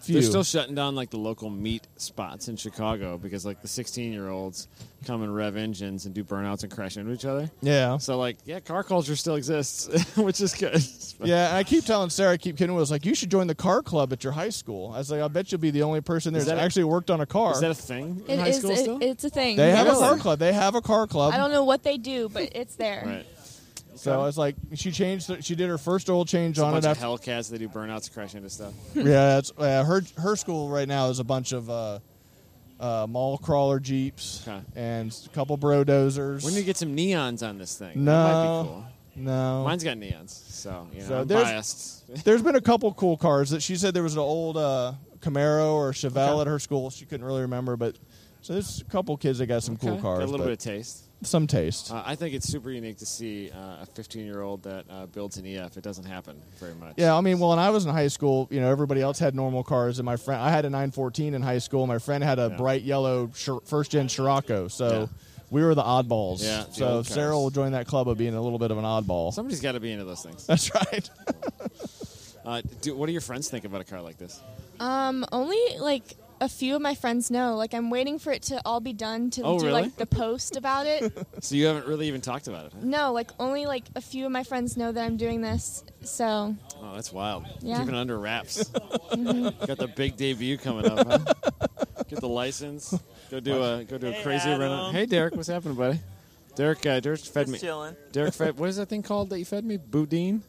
Speaker 2: few.
Speaker 1: They're still shutting down like the local meat spots in Chicago because like the 16 year olds come and rev engines and do burnouts and crash into each other.
Speaker 2: yeah.
Speaker 1: So like, yeah, car culture still exists, [laughs] which is good.
Speaker 2: Yeah, and I keep telling Sarah, I keep kidding. Was like, you should join the car club at your high school. I was like, I bet you'll be the only person there
Speaker 1: Is
Speaker 2: that
Speaker 1: that a-
Speaker 2: actually worked on a car.
Speaker 1: Is that a thing in
Speaker 4: It
Speaker 1: high
Speaker 4: is-
Speaker 1: school
Speaker 4: it-
Speaker 1: still?
Speaker 4: it's a thing.
Speaker 2: they have a
Speaker 4: Yes.
Speaker 2: car club. They have a car club.
Speaker 4: I don't know what they do, but it's there.
Speaker 1: [laughs] right.
Speaker 2: So I was like, she changed. The, she did her first oil change
Speaker 1: It's a
Speaker 2: on
Speaker 1: bunch of
Speaker 2: it. After,
Speaker 1: Hellcats that do burnouts and crash into stuff.
Speaker 2: yeah, that's, uh, her her school right now is a bunch of uh, uh, mall crawler jeeps
Speaker 1: Okay.
Speaker 2: and a couple brodozers.
Speaker 1: We need to get some neons on this thing.
Speaker 2: no,
Speaker 1: That might be cool.
Speaker 2: no.
Speaker 1: Mine's got neons, so you know
Speaker 2: So
Speaker 1: I'm
Speaker 2: there's-
Speaker 1: biased.
Speaker 2: There's been a couple cool cars that she said there was an old uh, Camaro or Chevelle
Speaker 1: Okay.
Speaker 2: at her school. She couldn't really remember, but so there's a couple kids that got some cool
Speaker 1: Okay. [laughs]
Speaker 2: cars.
Speaker 1: Got a little
Speaker 2: but-
Speaker 1: bit of taste.
Speaker 2: some taste.
Speaker 1: Uh, I think it's super unique to see uh, a 15 year old that uh, builds an EF. It doesn't happen very much.
Speaker 2: yeah, I mean, well, when I was in high school, you know, everybody else had normal cars, and my friend, I had a 914 in high school. My friend had a
Speaker 1: Yeah.
Speaker 2: bright yellow Shir- first gen Scirocco, so
Speaker 1: Yeah.
Speaker 2: we were the oddballs.
Speaker 1: Yeah, the
Speaker 2: so
Speaker 1: old cars.
Speaker 2: Sarah will join that club of being a little bit of an oddball.
Speaker 1: Somebody's got to be into those things. [laughs]
Speaker 2: [laughs] That's right. [laughs]
Speaker 1: Uh, do, what do your friends think about a car like this?
Speaker 4: Um, only like a few of my friends know. Like I'm waiting for it to all be done to
Speaker 1: Oh,
Speaker 4: do
Speaker 1: really?
Speaker 4: like the post about it.
Speaker 2: [laughs]
Speaker 1: So you haven't really even talked about it. Huh?
Speaker 4: no, like only like a few of my friends know that I'm doing this. So
Speaker 1: Oh, that's wild.
Speaker 4: Yeah.
Speaker 1: Keeping it under wraps. Got the big debut coming up. Huh? Get the license. Go do a go do a
Speaker 5: Hey,
Speaker 1: crazy run.
Speaker 5: Adam.
Speaker 1: Hey, Derek, what's happening, buddy? Derek, uh, Derek fed me.
Speaker 5: Just chilling.
Speaker 1: Derek fed. What is that thing called that you fed me? Boudin.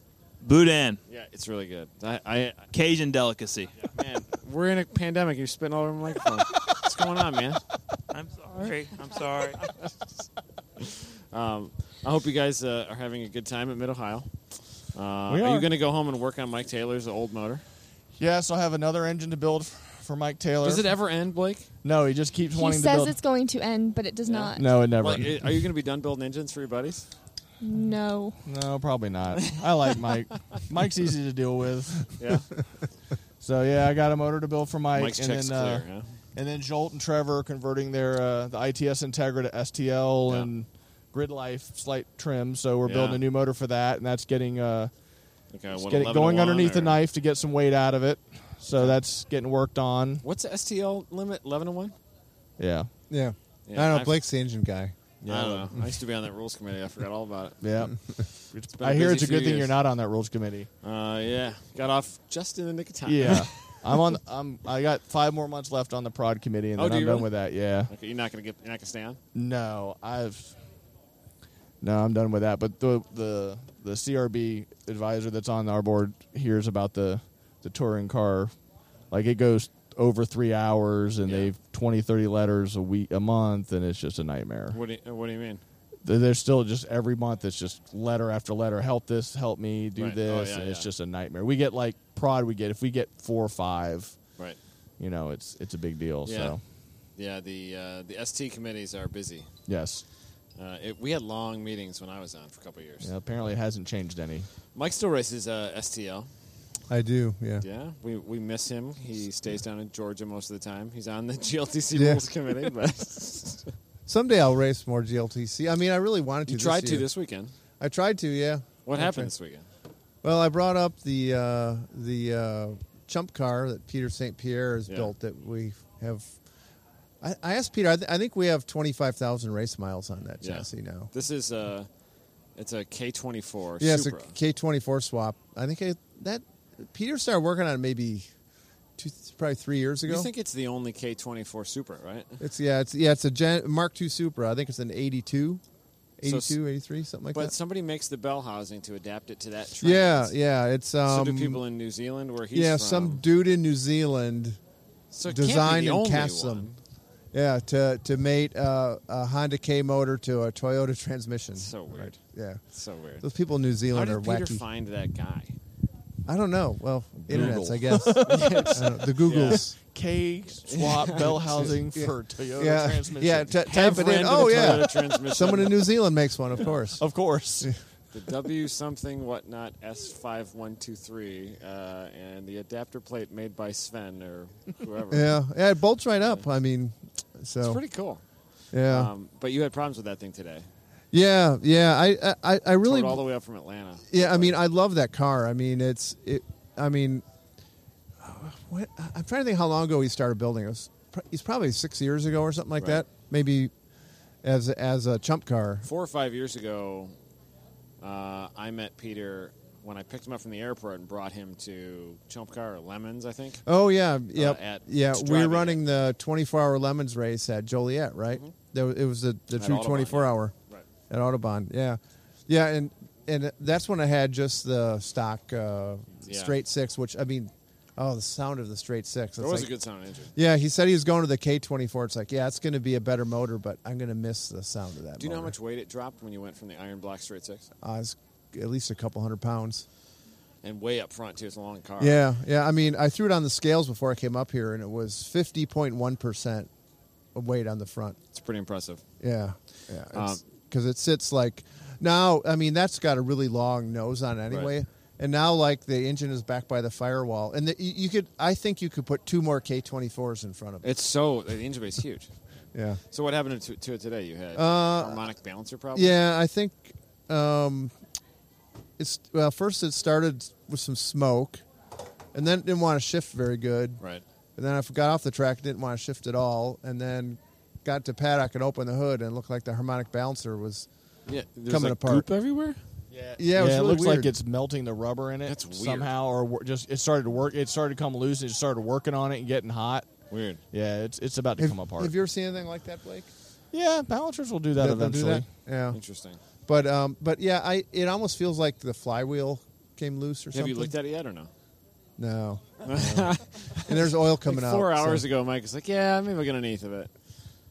Speaker 5: Boudin,
Speaker 1: Yeah, it's really good. I, I
Speaker 5: Cajun delicacy.
Speaker 1: man, we're in a pandemic. You're spitting all over my [laughs] microphone. What's going on, man?
Speaker 5: I'm sorry. I'm sorry.
Speaker 1: Um, I hope you guys uh, are having a good time at Mid Ohio. Uh,
Speaker 2: We
Speaker 1: are you
Speaker 2: are.
Speaker 1: going to go home and work on Mike Taylor's old motor?
Speaker 2: yeah, so I have another engine to build f- for Mike Taylor.
Speaker 1: Does it ever end, Blake?
Speaker 2: no, he just keeps
Speaker 4: he
Speaker 2: wanting to
Speaker 4: says
Speaker 2: build.
Speaker 4: it's going to end, but it does
Speaker 1: Yeah.
Speaker 4: not.
Speaker 2: no, it never. [laughs]
Speaker 1: Like, i- are you going to be done building engines for your buddies?
Speaker 4: No.
Speaker 2: No, probably not. I
Speaker 1: [laughs]
Speaker 2: like Mike. Mike's easy to deal with.
Speaker 1: Yeah,
Speaker 2: So yeah, I got a motor to build for Mike,
Speaker 1: Mike's
Speaker 2: and
Speaker 1: check's
Speaker 2: then uh,
Speaker 1: clear. Yeah.
Speaker 2: and then Jolt and Trevor converting their uh, the ITS Integra to STL
Speaker 1: Yeah.
Speaker 2: and Grid Life slight trim. So we're
Speaker 1: Yeah.
Speaker 2: building a new motor for that, and that's getting uh,
Speaker 1: Okay,
Speaker 2: it's
Speaker 1: what,
Speaker 2: get it
Speaker 1: 11
Speaker 2: going
Speaker 1: to 1
Speaker 2: underneath the
Speaker 1: or-
Speaker 2: knife to get some weight out of it. So that's getting worked on.
Speaker 1: What's the STL limit? Eleven to one.
Speaker 2: Yeah,
Speaker 3: [laughs] Yeah.
Speaker 1: Yeah,
Speaker 3: I don't know.
Speaker 1: I've-
Speaker 3: Blake's the engine guy.
Speaker 1: I don't know. I used to be on that rules committee. I forgot all
Speaker 2: [laughs]
Speaker 1: about it.
Speaker 2: yeah.
Speaker 1: It's been
Speaker 2: I hear
Speaker 1: busy
Speaker 2: it's a
Speaker 1: few
Speaker 2: good thing you're
Speaker 1: years.
Speaker 2: not on that rules
Speaker 1: [laughs]
Speaker 2: committee.
Speaker 1: Uh, yeah, got off just in the nick of time. [laughs]
Speaker 2: Yeah, I'm on. I'm. I got five more months left on the prod committee, and
Speaker 1: Oh,
Speaker 2: then
Speaker 1: do
Speaker 2: I'm
Speaker 1: you
Speaker 2: done
Speaker 1: really?
Speaker 2: with that. Yeah.
Speaker 1: okay, you're not gonna get. You're not gonna stay on.
Speaker 2: No, I've. No, I'm done with that. But the the the CRB advisor that's on our board hears about the the touring car, like it goes over three hours, and
Speaker 1: Yeah.
Speaker 2: they've 20, 30 letters a week, a month, and it's just a nightmare.
Speaker 1: What do you, What do you mean?
Speaker 2: There- There's still just every month it's just letter after letter. Help this, help me, do
Speaker 1: Right. Oh,
Speaker 2: this,
Speaker 1: yeah,
Speaker 2: and it's
Speaker 1: yeah.
Speaker 2: just a nightmare. We get like prod. We get if we get four or five,
Speaker 1: Right.
Speaker 2: you know, it's it's a big deal.
Speaker 1: Yeah.
Speaker 2: So
Speaker 1: Yeah. The uh, the ST committees are busy.
Speaker 2: yes,
Speaker 1: Uh, it, we had long meetings when I was on for a couple of years.
Speaker 2: yeah, apparently it hasn't changed any.
Speaker 1: Mike still races uh, STL.
Speaker 3: I do. Yeah.
Speaker 1: Yeah, we, we miss him. He stays down in Georgia most of the time. He's on the [laughs] GLTC
Speaker 3: Yeah.
Speaker 1: rules committee,
Speaker 3: [laughs]
Speaker 1: but
Speaker 3: Someday I'll race more GLTC. I mean, I really wanted to.
Speaker 1: you
Speaker 3: this
Speaker 1: tried to
Speaker 3: year.
Speaker 1: this weekend.
Speaker 3: I tried to. Yeah.
Speaker 1: What
Speaker 3: I
Speaker 1: happened
Speaker 3: tried.
Speaker 1: this weekend?
Speaker 3: Well, I brought up the uh, the uh, chump car that Peter St. Pierre has
Speaker 1: Yeah.
Speaker 3: built that we have. I, I asked Peter. I, th- I think we have twenty five thousand race miles on that
Speaker 1: Yeah.
Speaker 3: chassis now.
Speaker 1: This is a it's a K twenty four.
Speaker 3: Yeah, it's a K twenty four swap. I think I, that Peter started working on it maybe two, probably three years ago.
Speaker 1: You think it's the only K twenty four Supra, right?
Speaker 3: It's yeah, it's yeah, it's a Gen- Mark II Supra. I think it's an 82,
Speaker 1: So
Speaker 3: 82,
Speaker 1: s-
Speaker 3: 83, something like
Speaker 1: But
Speaker 3: that.
Speaker 1: somebody makes the bell housing to adapt it to that. Trend.
Speaker 3: Yeah, yeah, it's um,
Speaker 1: so do people in New Zealand where he's
Speaker 3: yeah,
Speaker 1: from.
Speaker 3: some dude in New Zealand
Speaker 1: so it can't be
Speaker 3: designed
Speaker 1: the
Speaker 3: and
Speaker 1: only
Speaker 3: cast
Speaker 1: one.
Speaker 3: them. Yeah, to to mate uh, a Honda K motor to a Toyota transmission.
Speaker 1: So weird.
Speaker 3: Yeah,
Speaker 1: So weird.
Speaker 3: those people in New
Speaker 1: How
Speaker 3: Zealand
Speaker 1: did
Speaker 3: are
Speaker 1: Peter
Speaker 3: wacky.
Speaker 1: find that guy?
Speaker 3: I don't know. Well, internet's,
Speaker 2: Google.
Speaker 3: I guess. [laughs] I
Speaker 1: [laughs]
Speaker 3: don't know. The Googles. [laughs]
Speaker 2: K swap bell housing
Speaker 3: Yeah.
Speaker 2: for Toyota
Speaker 3: Yeah,
Speaker 2: transmission.
Speaker 3: yeah. t-
Speaker 1: Have
Speaker 3: type it
Speaker 1: ran
Speaker 3: in.
Speaker 1: to the
Speaker 3: Oh yeah,
Speaker 1: Toyota transmission.
Speaker 3: someone in New Zealand makes one, of course.
Speaker 1: [laughs]
Speaker 2: of course.
Speaker 1: the W something whatnot S five one two three, uh, and the adapter plate made by Sven or whoever.
Speaker 3: Yeah, yeah, it bolts right up. I mean, so
Speaker 1: it's pretty cool.
Speaker 3: yeah,
Speaker 1: Um, but you had problems with that thing today.
Speaker 3: yeah, yeah. I, I- I, I
Speaker 1: Really,
Speaker 3: really,
Speaker 1: all the way up from Atlanta.
Speaker 3: yeah. I mean, I love that car. I mean, it's it. I mean, what? I'm trying to think how long ago he started building. It was, pr- it's probably six years ago or something like
Speaker 1: Right.
Speaker 3: that. Maybe as as a chump car.
Speaker 1: four or five years ago, uh, I met Peter when I picked him up from the airport and brought him to Chump Car or Lemons, I think.
Speaker 3: Oh yeah, yep,
Speaker 1: Uh, at-
Speaker 3: yeah.
Speaker 1: just
Speaker 3: We were
Speaker 1: driving
Speaker 3: running the 24 hour lemons race at Joliet, right? There, it was the,
Speaker 1: Mm-hmm.
Speaker 3: the
Speaker 1: At
Speaker 3: true
Speaker 1: Audubon,
Speaker 3: 24
Speaker 1: yeah.
Speaker 3: hour
Speaker 1: Right.
Speaker 3: at Autobahn. Yeah, yeah, and and that's when I had just the stock uh,
Speaker 1: Yeah.
Speaker 3: straight six, which I mean, oh, the sound of the straight six.
Speaker 1: There
Speaker 3: It's
Speaker 1: was
Speaker 3: like-
Speaker 1: a good sound engine.
Speaker 3: Yeah, he said he was going to the K24. It's like, yeah, it's going to be a better motor, but I'm going to miss the sound of that.
Speaker 1: Do you know how
Speaker 3: motor.
Speaker 1: much weight it dropped when you went from the iron block straight six?
Speaker 3: Uh, it's at least a couple hundred pounds.
Speaker 1: And way up front, too. It's a long car.
Speaker 3: Yeah, yeah. I mean, I threw it on the scales before I came up here, and it was 50.1 percent weight on the front.
Speaker 1: It's pretty impressive.
Speaker 3: Yeah, yeah.
Speaker 1: Um,
Speaker 3: Because it sits like now. I mean, that's got a really long nose on it anyway, and now like the engine is back by the firewall, and the, you, you could. I think you could put two more K twenty fours in front of it.
Speaker 1: It's so, the engine bay is huge.
Speaker 3: Yeah,
Speaker 1: So what happened to, to it today? You had
Speaker 3: Uh,
Speaker 1: harmonic balancer problem?
Speaker 3: yeah. I think um, it's well. First, it started with some smoke, and then it didn't want to shift very good.
Speaker 1: Right.
Speaker 3: And then I got off the track, didn't want to shift at all, and then got to paddock and opened the hood, and it looked like the harmonic balancer was.
Speaker 1: Yeah. There's
Speaker 3: Coming
Speaker 1: like
Speaker 3: apart.
Speaker 1: goop everywhere?
Speaker 2: Yeah,
Speaker 3: Yeah, it was really
Speaker 2: looks like
Speaker 3: weird.
Speaker 2: it's melting the rubber in it
Speaker 1: That's weird.
Speaker 2: somehow, or wor- just it started to work. It started to come loose. and It started working on it and getting hot.
Speaker 1: Weird.
Speaker 2: Yeah, it's it's about to come apart.
Speaker 3: Have you ever seen anything like that, Blake?
Speaker 2: yeah, balancers will do that
Speaker 3: They'll do
Speaker 2: eventually.
Speaker 3: that? Yeah,
Speaker 1: Interesting.
Speaker 3: but um, but yeah, I it almost feels like the flywheel came loose or
Speaker 1: Have
Speaker 3: something.
Speaker 1: you looked at it yet or no? [laughs]
Speaker 3: No. No. and there's oil coming
Speaker 1: like
Speaker 3: out.
Speaker 1: four hours ago, Mike was like, yeah, maybe I'll get an eighth of it.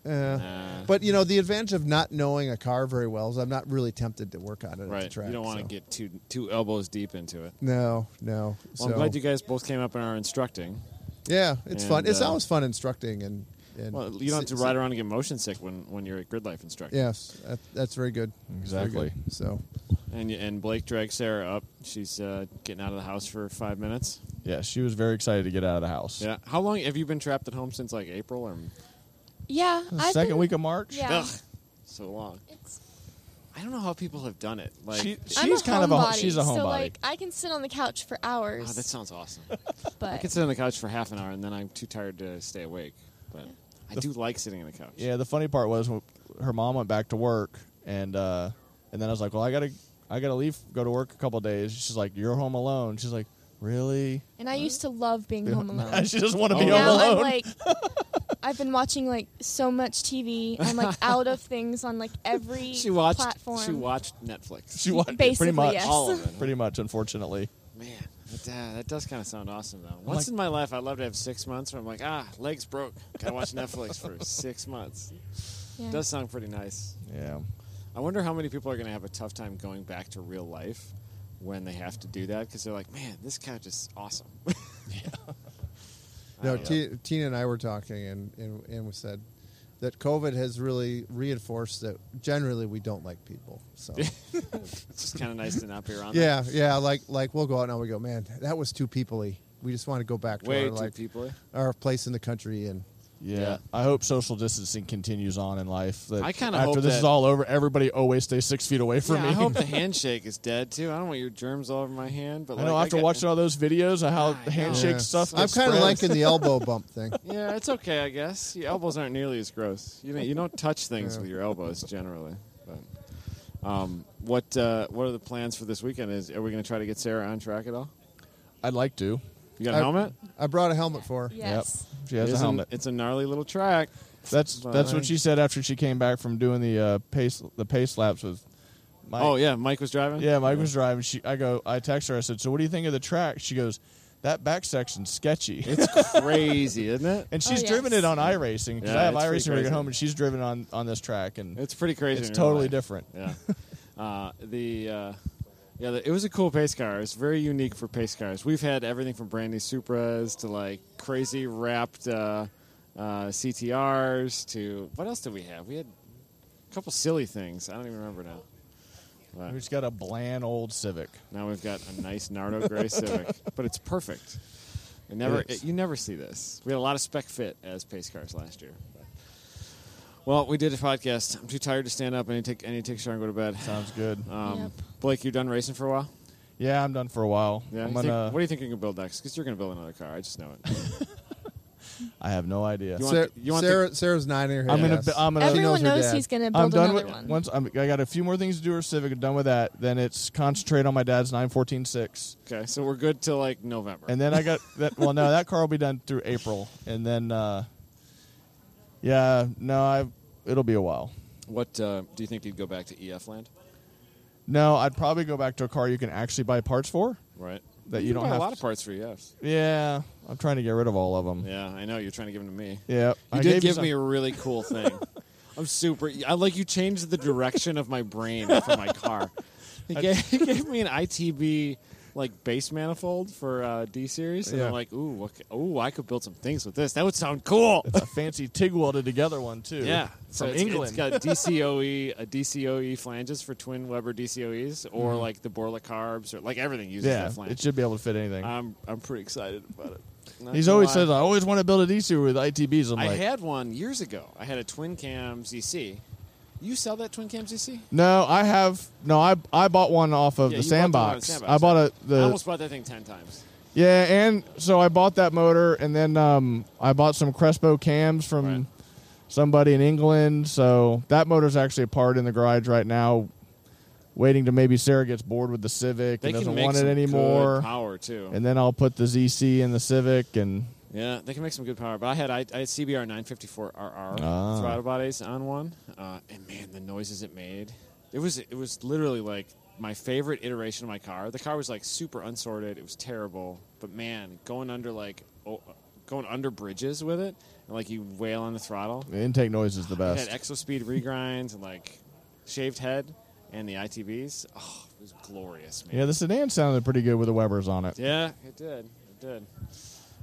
Speaker 3: Yeah.
Speaker 1: Nah.
Speaker 3: But you know the advantage of not knowing a car very well is I'm not really tempted to work on it at the
Speaker 1: Right.
Speaker 3: track.
Speaker 1: you don't want to
Speaker 3: so.
Speaker 1: get two two elbows deep into it.
Speaker 3: No, no.
Speaker 1: Well,
Speaker 3: so
Speaker 1: I'm glad you guys both came up and are instructing.
Speaker 3: yeah, it's
Speaker 1: And,
Speaker 3: fun. It's
Speaker 1: uh,
Speaker 3: always fun instructing and And
Speaker 1: Well, you don't have to
Speaker 3: s-
Speaker 1: ride around and get motion sick when, when you're a grid life instructor.
Speaker 3: Yes, that, that's very good. That's very good.
Speaker 2: Exactly.
Speaker 3: So,
Speaker 1: And you- and Blake dragged Sarah up. She's uh, getting out of the house for five minutes.
Speaker 2: Yeah, she was very excited to get out of the house.
Speaker 1: Yeah. How long have you been trapped at home since like April or
Speaker 4: Yeah.
Speaker 2: The
Speaker 4: I've
Speaker 2: second
Speaker 4: been-
Speaker 2: week of March.
Speaker 4: Yeah.
Speaker 1: Ugh, so long?
Speaker 4: It's,
Speaker 1: I don't know how people have done it. Like,
Speaker 2: She-
Speaker 1: oh,
Speaker 2: she-
Speaker 4: I'm
Speaker 2: She's kind of a-
Speaker 4: homebody,
Speaker 2: she's a homebody.
Speaker 4: So like I can sit on the couch for hours.
Speaker 1: that sounds awesome.
Speaker 4: but
Speaker 1: Ah, I could sit on the couch for half an hour and then I'm too tired to stay awake. But I do like sitting on the couch.
Speaker 2: Yeah, the funny part was when her mom went back to work, and uh, and then I was like, well, I gotta, I gotta leave, go to work a couple days. She's like, you're home alone. She's like, really? [laughs]
Speaker 4: and I used to love being home
Speaker 1: [laughs]
Speaker 4: alone.
Speaker 2: she doesn't want to be
Speaker 1: Oh.
Speaker 2: home
Speaker 4: now
Speaker 2: alone.
Speaker 4: I'm
Speaker 2: [laughs]
Speaker 4: like, I've been watching like so much TV.
Speaker 1: [laughs]
Speaker 4: I'm like out of things on like every
Speaker 1: She watched.
Speaker 4: platform.
Speaker 1: She watched Netflix.
Speaker 2: she wanted it pretty
Speaker 4: basically,
Speaker 2: much,
Speaker 4: yes.
Speaker 1: All of it.
Speaker 2: pretty much. Unfortunately,
Speaker 1: Man, that, uh, that does kind of sound awesome though. Once
Speaker 2: like-
Speaker 1: in my life, I'd love to have six months where I'm like, ah, legs broke. Gotta watch Netflix
Speaker 2: [laughs]
Speaker 1: for six months.
Speaker 4: Yeah.
Speaker 1: Does sound pretty nice.
Speaker 2: yeah.
Speaker 1: I wonder how many people are going to have a tough time going back to real life when they have to do that because they're like, man, this couch is awesome.
Speaker 3: no, T- Tina and I were talking, and, and, and we said that COVID has really reinforced that generally we don't like people. So,
Speaker 1: it's just kind of nice to not be around.
Speaker 3: [laughs] yeah, yeah, like like we'll go out now. We go, man, that was too peoply. We just want to go back
Speaker 1: that.
Speaker 3: to
Speaker 1: way
Speaker 3: our
Speaker 1: too
Speaker 3: like
Speaker 1: people.
Speaker 3: our place in the country, and
Speaker 2: Yeah.
Speaker 1: Yeah.
Speaker 2: I hope social distancing continues on in life. That
Speaker 1: I kinda
Speaker 2: after
Speaker 1: hope
Speaker 2: this
Speaker 1: that-
Speaker 2: is all over, everybody always stays six feet away from
Speaker 1: Yeah,
Speaker 2: me.
Speaker 1: I
Speaker 2: [laughs]
Speaker 1: hope the handshake is dead too. I don't want your germs all over my hand. But
Speaker 2: I
Speaker 1: like,
Speaker 2: know after
Speaker 1: got-
Speaker 2: watching all those videos of how
Speaker 1: Ah, I know.
Speaker 2: handshake
Speaker 3: Yeah.
Speaker 2: stuff.
Speaker 3: I'm
Speaker 2: gets
Speaker 3: kind of
Speaker 2: spread.
Speaker 3: liking the elbow bump thing.
Speaker 1: [laughs] Yeah, it's okay, I guess. Your elbows aren't nearly as gross. You know, you don't touch things
Speaker 3: Yeah.
Speaker 1: with your elbows generally. But um, what uh, what are the plans for this weekend? Is are we going to try to get Sarah on track at all?
Speaker 2: I'd like to.
Speaker 1: You got a
Speaker 3: I-
Speaker 1: helmet?
Speaker 3: I brought a helmet for. her.
Speaker 4: Yes.
Speaker 2: Yep. She has
Speaker 1: It
Speaker 2: a
Speaker 1: is
Speaker 2: helmet.
Speaker 1: it's a gnarly little track.
Speaker 2: That's
Speaker 1: But-
Speaker 2: that's what she said after she came back from doing the uh, pace the pace laps with. Mike.
Speaker 1: Oh yeah, Mike was driving.
Speaker 2: yeah. Mike was driving. She, I go, I text her. I said, "So what do you think of the track?" She goes, "That back section's sketchy."
Speaker 1: It's crazy, isn't it?
Speaker 2: [laughs] and she's
Speaker 4: Oh,
Speaker 2: driven
Speaker 4: yes.
Speaker 2: it on iRacing because
Speaker 1: Yeah,
Speaker 2: I have
Speaker 1: it's pretty
Speaker 2: iRacing when I get
Speaker 1: crazy.
Speaker 2: home, and she's driven on on this track, and
Speaker 1: It's pretty crazy.
Speaker 2: It's
Speaker 1: in real
Speaker 2: totally
Speaker 1: life.
Speaker 2: different.
Speaker 1: Yeah. [laughs] uh, the uh, yeah, the, it was a cool pace car. It's very unique for pace cars. We've had everything from brand new Supras to like crazy wrapped uh, uh, CTRs to what else did we have? We had a couple silly things. I don't even remember now.
Speaker 2: we
Speaker 1: But
Speaker 2: just got a bland old Civic.
Speaker 1: now we've got a nice Nardo
Speaker 2: [laughs]
Speaker 1: Gray Civic, but it's perfect. It never,
Speaker 2: It is.
Speaker 1: it- you never see this. We had a lot of spec fit as pace cars last year. But. Well, we did a podcast. I'm too tired to stand up. I need to take, I need to take a shower and go to bed.
Speaker 2: Sounds good.
Speaker 1: Um,
Speaker 4: Yep.
Speaker 1: Blake, you done racing for a while?
Speaker 2: yeah, I'm done for a while.
Speaker 1: Yeah.
Speaker 2: I'm
Speaker 1: You think-
Speaker 2: gonna.
Speaker 1: what do you think you can build next? Because you're going to build another car. I just know it.
Speaker 2: I have no idea.
Speaker 1: You want
Speaker 3: Sarah,
Speaker 1: the- you want
Speaker 3: Sarara- Sarah's not in here.
Speaker 2: I'm gonna.
Speaker 3: Yes.
Speaker 2: bu- I'm gonna.
Speaker 3: She
Speaker 4: Everyone
Speaker 3: knows her
Speaker 4: knows,
Speaker 3: dad.
Speaker 4: he's going to
Speaker 2: I'm
Speaker 4: build
Speaker 2: done
Speaker 4: another
Speaker 2: with
Speaker 4: one.
Speaker 2: once I'm, I got a few more things to do or Civic. I'm done with that. Then it's concentrate on my dad's 914.6.
Speaker 1: okay, so we're good till like November.
Speaker 2: and then I got that. Well, no, that car will be done through April, and then uh, yeah, no, I it'll be a while.
Speaker 1: what uh, do you think you'd go back to EF land?
Speaker 2: No, I'd probably go back to a car you can actually buy parts for
Speaker 1: Right.
Speaker 2: that you,
Speaker 1: can
Speaker 2: don't
Speaker 1: buy
Speaker 2: have.
Speaker 1: a lot
Speaker 2: to-
Speaker 1: of parts for E EFs.
Speaker 2: Yeah, I'm trying to get rid of all of them.
Speaker 1: Yeah, I know. You're trying to give them to me.
Speaker 2: Yeah,
Speaker 1: You
Speaker 2: I
Speaker 1: did
Speaker 2: gave
Speaker 1: give
Speaker 2: some-
Speaker 1: me a really cool thing. I'm super. I like you changed the direction of my brain for my car. He gave, it gave me an ITB like base manifold for uh, D series, and
Speaker 3: Yeah.
Speaker 1: I'm like, ooh, what, c- ooh, I could build some things with this. That would sound cool.
Speaker 2: a fancy TIG welded together one too.
Speaker 1: Yeah,
Speaker 2: from
Speaker 1: so it's,
Speaker 2: England.
Speaker 1: It's got
Speaker 2: [laughs]
Speaker 1: DCOE, a DCOE E flanges for twin Weber DCOEs, or like the Borla carbs, or like everything uses
Speaker 2: Mm-hmm. yeah,
Speaker 1: that flange.
Speaker 2: it should be able to fit anything.
Speaker 1: I'm I'm pretty excited about it. Not
Speaker 2: He's
Speaker 1: gonna
Speaker 2: always
Speaker 1: lie.
Speaker 2: says I always want to build a DC with ITBs. I'm
Speaker 1: I
Speaker 2: like,
Speaker 1: had one years ago. I had a twin cam ZC. You sell that twin E cam ZC?
Speaker 2: no, I have no. I I bought one off of
Speaker 1: Yeah,
Speaker 2: the,
Speaker 1: you bought the one on
Speaker 2: sandbox.
Speaker 1: the sandbox,
Speaker 2: I bought a the
Speaker 1: I almost bought that thing ten times.
Speaker 2: Yeah, and so I bought that motor, and then um, I bought some Crespo cams from
Speaker 1: Right.
Speaker 2: somebody in England. So that motor's actually a part in the garage right now, waiting to maybe Sarah gets bored with the Civic
Speaker 1: They
Speaker 2: and
Speaker 1: can
Speaker 2: doesn't
Speaker 1: make
Speaker 2: want it
Speaker 1: some good
Speaker 2: anymore.
Speaker 1: power too.
Speaker 2: And then I'll put the ZC in the Civic, and
Speaker 1: Yeah, they can make some good power. But I had I, I had CBR 954RR
Speaker 2: Ah.
Speaker 1: throttle bodies on one, uh, and man, the noises it made. It was it was literally like my favorite iteration of my car. The car was like super unsorted. It was terrible, but man, going under like oh, going under bridges with it, and like you wail on the throttle.
Speaker 2: the intake noise is the
Speaker 1: It had
Speaker 2: best.
Speaker 1: exospeed regrinds and like shaved head and the ITVs. Oh, it was glorious, man.
Speaker 2: Yeah, the sedan sounded pretty good with the Webers on it.
Speaker 1: Yeah, it did. It did.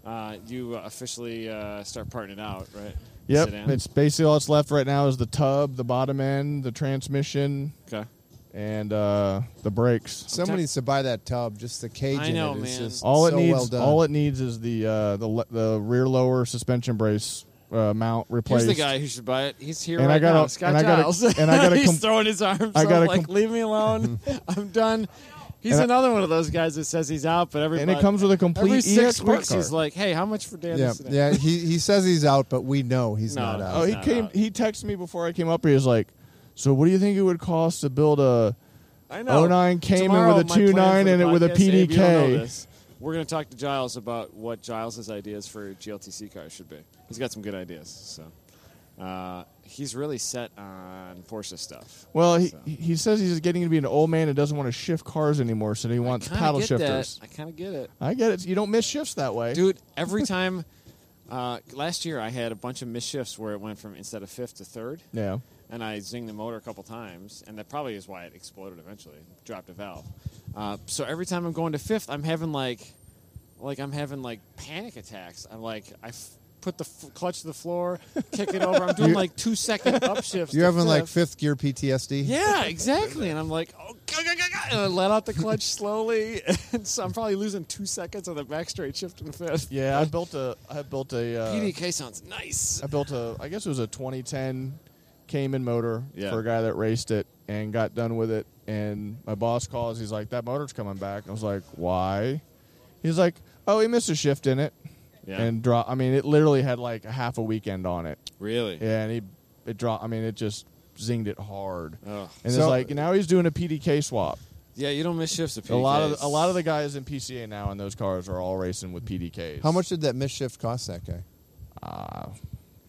Speaker 1: Uh, you uh, officially uh, start parting it out, right?
Speaker 2: Yep.
Speaker 1: Sedan?
Speaker 2: It's basically all that's left right now is the tub, the bottom end, the transmission,
Speaker 1: Okay.
Speaker 2: and uh, the brakes.
Speaker 3: Somebody needs to buy that tub. Just the cage
Speaker 1: I
Speaker 3: in
Speaker 1: know,
Speaker 3: it is
Speaker 1: man.
Speaker 3: just
Speaker 2: All it
Speaker 3: so
Speaker 2: needs,
Speaker 3: well done.
Speaker 2: all it needs is the uh, the le- the rear lower suspension brace uh, mount
Speaker 1: Here's
Speaker 2: replaced.
Speaker 1: the guy who should buy it. He's here
Speaker 2: And
Speaker 1: right
Speaker 2: I gotta-
Speaker 1: now, Scott
Speaker 2: and I gotta-
Speaker 1: Giles.
Speaker 2: and I
Speaker 1: [laughs]
Speaker 2: gotta
Speaker 1: He's
Speaker 2: com-
Speaker 1: throwing his arms
Speaker 2: I gotta
Speaker 1: up like,
Speaker 2: com-
Speaker 1: leave me
Speaker 2: [laughs]
Speaker 1: alone. [laughs] I'm done. He's
Speaker 2: And I-
Speaker 1: another one of those guys that says he's out, but every
Speaker 2: and it comes with a complete
Speaker 1: every
Speaker 2: EX
Speaker 1: six
Speaker 2: part
Speaker 1: weeks
Speaker 2: card.
Speaker 1: he's like, hey, how much for Dan?
Speaker 3: yeah,
Speaker 1: today?
Speaker 3: yeah. He he says he's out, but we know he's
Speaker 1: No.
Speaker 3: not out.
Speaker 2: Oh, he
Speaker 1: not
Speaker 2: came.
Speaker 1: out.
Speaker 2: He texted me before I came up. He was like, "So, what do you think it would cost to build a?"
Speaker 1: I know.
Speaker 2: 09 came in
Speaker 1: Tomorrow,
Speaker 2: with a
Speaker 1: my plan
Speaker 2: 2.9
Speaker 1: for the
Speaker 2: and it with a
Speaker 1: podcast, Abe, you don't know
Speaker 2: PDK.
Speaker 1: this. We're going to talk to Giles about what Giles's ideas for GLTC cars should be. He's got some good ideas. So uh, he's really set on Porsche stuff.
Speaker 2: Well, he,
Speaker 1: So.
Speaker 2: he says he's getting to be an old man and doesn't want to shift cars anymore, so he wants
Speaker 1: Kinda
Speaker 2: paddle
Speaker 1: get
Speaker 2: shifters.
Speaker 1: That. I kind of get it.
Speaker 2: I get it. You don't miss shifts that way.
Speaker 1: dude. Every time, uh, last year I had a bunch of missed shifts where it went from instead of fifth to third,
Speaker 2: Yeah.
Speaker 1: and I zinged the motor a couple times, and that probably is why it exploded eventually, dropped a valve. Uh, so every time I'm going to fifth, I'm having like, like I'm having like panic attacks. I'm like I f- put the f- clutch to the floor, kick it
Speaker 2: [laughs]
Speaker 1: over. I'm doing like two second upshifts.
Speaker 3: You're
Speaker 1: to
Speaker 3: having like
Speaker 1: fifth.
Speaker 3: fifth gear PTSD.
Speaker 1: Yeah, exactly. And I'm like, oh, go, go, go, go. And I let out the
Speaker 2: [laughs]
Speaker 1: clutch slowly. And so I'm probably losing two seconds on the back straight shift in fifth.
Speaker 2: Yeah, I built a. I built a. Uh,
Speaker 1: PDK sounds nice.
Speaker 2: I built a. I guess it was a 2010 Cayman motor
Speaker 1: Yeah.
Speaker 2: for a guy that raced it and got done with it. And my boss calls. He's like, "That motor's coming back." I was like, "Why?" He's like, "Oh, he missed a shift in it."
Speaker 1: Yeah.
Speaker 2: And draw. I mean, it literally had like a half a weekend on it.
Speaker 1: Really?
Speaker 2: Yeah, and he it dropped. I mean, it just zinged it hard.
Speaker 1: Oh.
Speaker 2: And
Speaker 3: So-
Speaker 2: it's like now he's doing a PDK swap.
Speaker 1: Yeah, you don't miss shifts of PDKs.
Speaker 2: A lot of a lot of the guys in PCA now in those cars are all racing with PDKs.
Speaker 3: How much did that misshift cost that guy?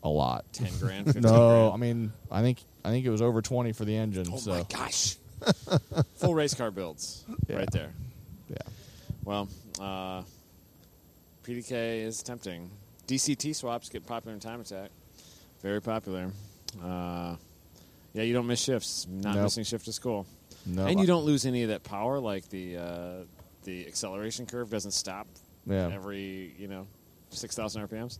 Speaker 2: A lot.
Speaker 1: 10
Speaker 2: [laughs]
Speaker 1: grand, 15
Speaker 2: No, I
Speaker 1: grand.
Speaker 2: mean, I think I think it was over twenty for the engine.
Speaker 1: Oh
Speaker 2: so
Speaker 1: my
Speaker 2: [laughs]
Speaker 1: gosh. Full race car builds
Speaker 2: Yeah.
Speaker 1: right there.
Speaker 2: yeah,
Speaker 1: Well, uh, PDK is tempting. DCT swaps get popular in Time Attack. Very popular. Uh, yeah, you don't miss shifts. Not
Speaker 2: Nope.
Speaker 1: missing shift is cool.
Speaker 2: no,
Speaker 1: and you don't lose any of that power, like the uh, the acceleration curve doesn't stop
Speaker 2: Yeah.
Speaker 1: at every you know six thousand RPMs.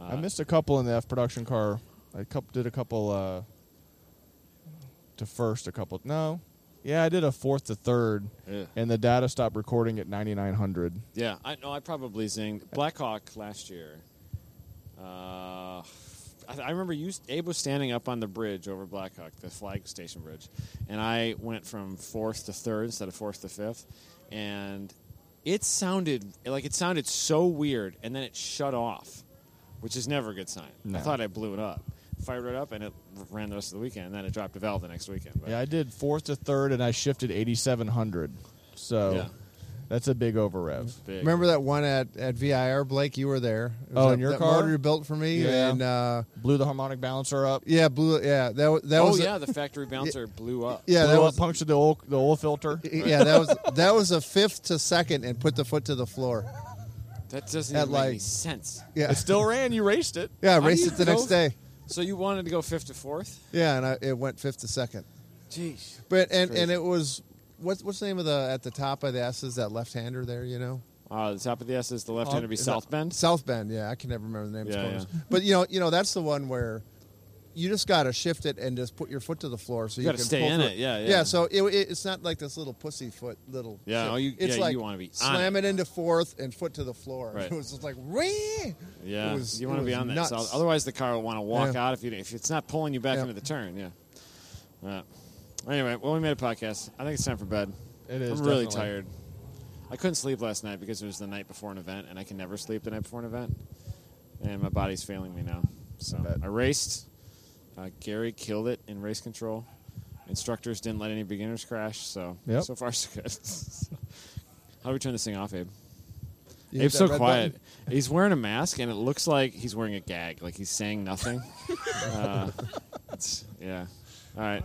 Speaker 1: Uh,
Speaker 2: I missed a couple in the F production car. I coup- did a couple uh, to first, a couple. No, yeah, I did a fourth to third,
Speaker 1: Ugh.
Speaker 2: and the data stopped recording at ninety nine hundred.
Speaker 1: Yeah, I know. I probably zinged Blackhawk last year. Uh, I, I remember you, Abe was standing up on the bridge over Blackhawk, the flag station bridge, and I went from fourth to third instead of fourth to fifth, and it sounded like it sounded so weird, and then it shut off, which is never a good sign.
Speaker 2: No.
Speaker 1: I thought I blew it up, fired it up, and it ran the rest of the weekend, and then it dropped a valve the next weekend. But
Speaker 2: Yeah, I did fourth to third, and I shifted eighty seven hundred. So
Speaker 1: Yeah.
Speaker 2: that's a big over rev.
Speaker 1: big.
Speaker 3: Remember that one at, at VIR, Blake? You were there. It was
Speaker 2: Oh,
Speaker 3: that-
Speaker 2: in your
Speaker 3: that
Speaker 2: car?
Speaker 3: motor you built for me,
Speaker 2: Yeah.
Speaker 3: and uh,
Speaker 2: Blew the harmonic balancer up.
Speaker 3: yeah, blue. Yeah, that wa- that
Speaker 1: oh
Speaker 3: was. a-
Speaker 1: yeah, the factory bouncer blew up.
Speaker 3: yeah,
Speaker 2: blew
Speaker 3: that
Speaker 2: up,
Speaker 3: was.
Speaker 2: punctured the oil, the oil filter.
Speaker 3: [laughs] [laughs] Yeah, that was that was a fifth to second, and put the foot to the floor.
Speaker 1: That doesn't
Speaker 3: At
Speaker 1: even make
Speaker 3: like-
Speaker 1: any sense.
Speaker 3: Yeah,
Speaker 2: It still ran. You raced it.
Speaker 3: [laughs] yeah. I
Speaker 1: How
Speaker 3: raced
Speaker 1: do
Speaker 3: it the
Speaker 1: you
Speaker 3: next
Speaker 1: go-
Speaker 3: day.
Speaker 1: So you wanted to go fifth to fourth?
Speaker 3: Yeah, and I, it went fifth to second.
Speaker 1: Jeez.
Speaker 3: But and and
Speaker 1: crazy.
Speaker 3: it was what's what's the name of the at the top of the S is that left hander there? You know,
Speaker 1: Uh, the top of the S is the left hand to be
Speaker 3: Oh, is
Speaker 1: South
Speaker 3: that-
Speaker 1: Bend.
Speaker 3: South Bend. Yeah, I can never remember the name.
Speaker 1: Yeah,
Speaker 3: Yeah,
Speaker 1: yeah.
Speaker 3: But you know, you know that's the one where you just got to shift it and just put your foot to the floor so you,
Speaker 1: gotta
Speaker 3: can
Speaker 1: stay
Speaker 3: pull
Speaker 1: in
Speaker 3: through
Speaker 1: it, yeah, yeah.
Speaker 3: Yeah. So it, it- it's not like this little pussy foot little.
Speaker 1: Yeah,
Speaker 3: shift.
Speaker 1: oh, you-
Speaker 3: it's
Speaker 1: yeah,
Speaker 3: like
Speaker 1: you wanna be on
Speaker 3: slam
Speaker 1: it.
Speaker 3: it. into fourth and foot to the floor.
Speaker 1: Right.
Speaker 3: [laughs] It was just like whee.
Speaker 1: yeah,
Speaker 3: It was-
Speaker 1: you
Speaker 3: it
Speaker 1: want to be
Speaker 3: was
Speaker 1: on
Speaker 3: nuts.
Speaker 1: that. South. Otherwise, the car will want to walk
Speaker 3: Yeah.
Speaker 1: out if you if it's not pulling you back
Speaker 3: Yeah.
Speaker 1: into the turn. Yeah. Uh, anyway, well, we made a podcast. I think it's time for bed.
Speaker 2: It is,
Speaker 1: I'm really
Speaker 2: definitely.
Speaker 1: tired. I couldn't sleep last night because it was the night before an event, and I can never sleep the night before an event. And my body's failing me now. So
Speaker 2: bet.
Speaker 1: I raced. Uh, Gary killed it in race control. Instructors didn't let any beginners crash. So
Speaker 2: Yep.
Speaker 1: so far [laughs] so good. How do we turn this thing off, Abe?
Speaker 3: You hit
Speaker 1: Abe's
Speaker 3: that
Speaker 1: so
Speaker 3: red
Speaker 1: quiet.
Speaker 3: button.
Speaker 1: He's wearing a mask, and it looks like he's wearing a gag. Like he's saying
Speaker 3: [laughs]
Speaker 1: nothing. uh, it's, yeah. All right.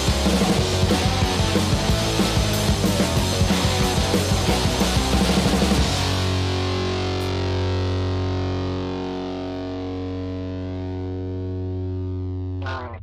Speaker 6: Bye.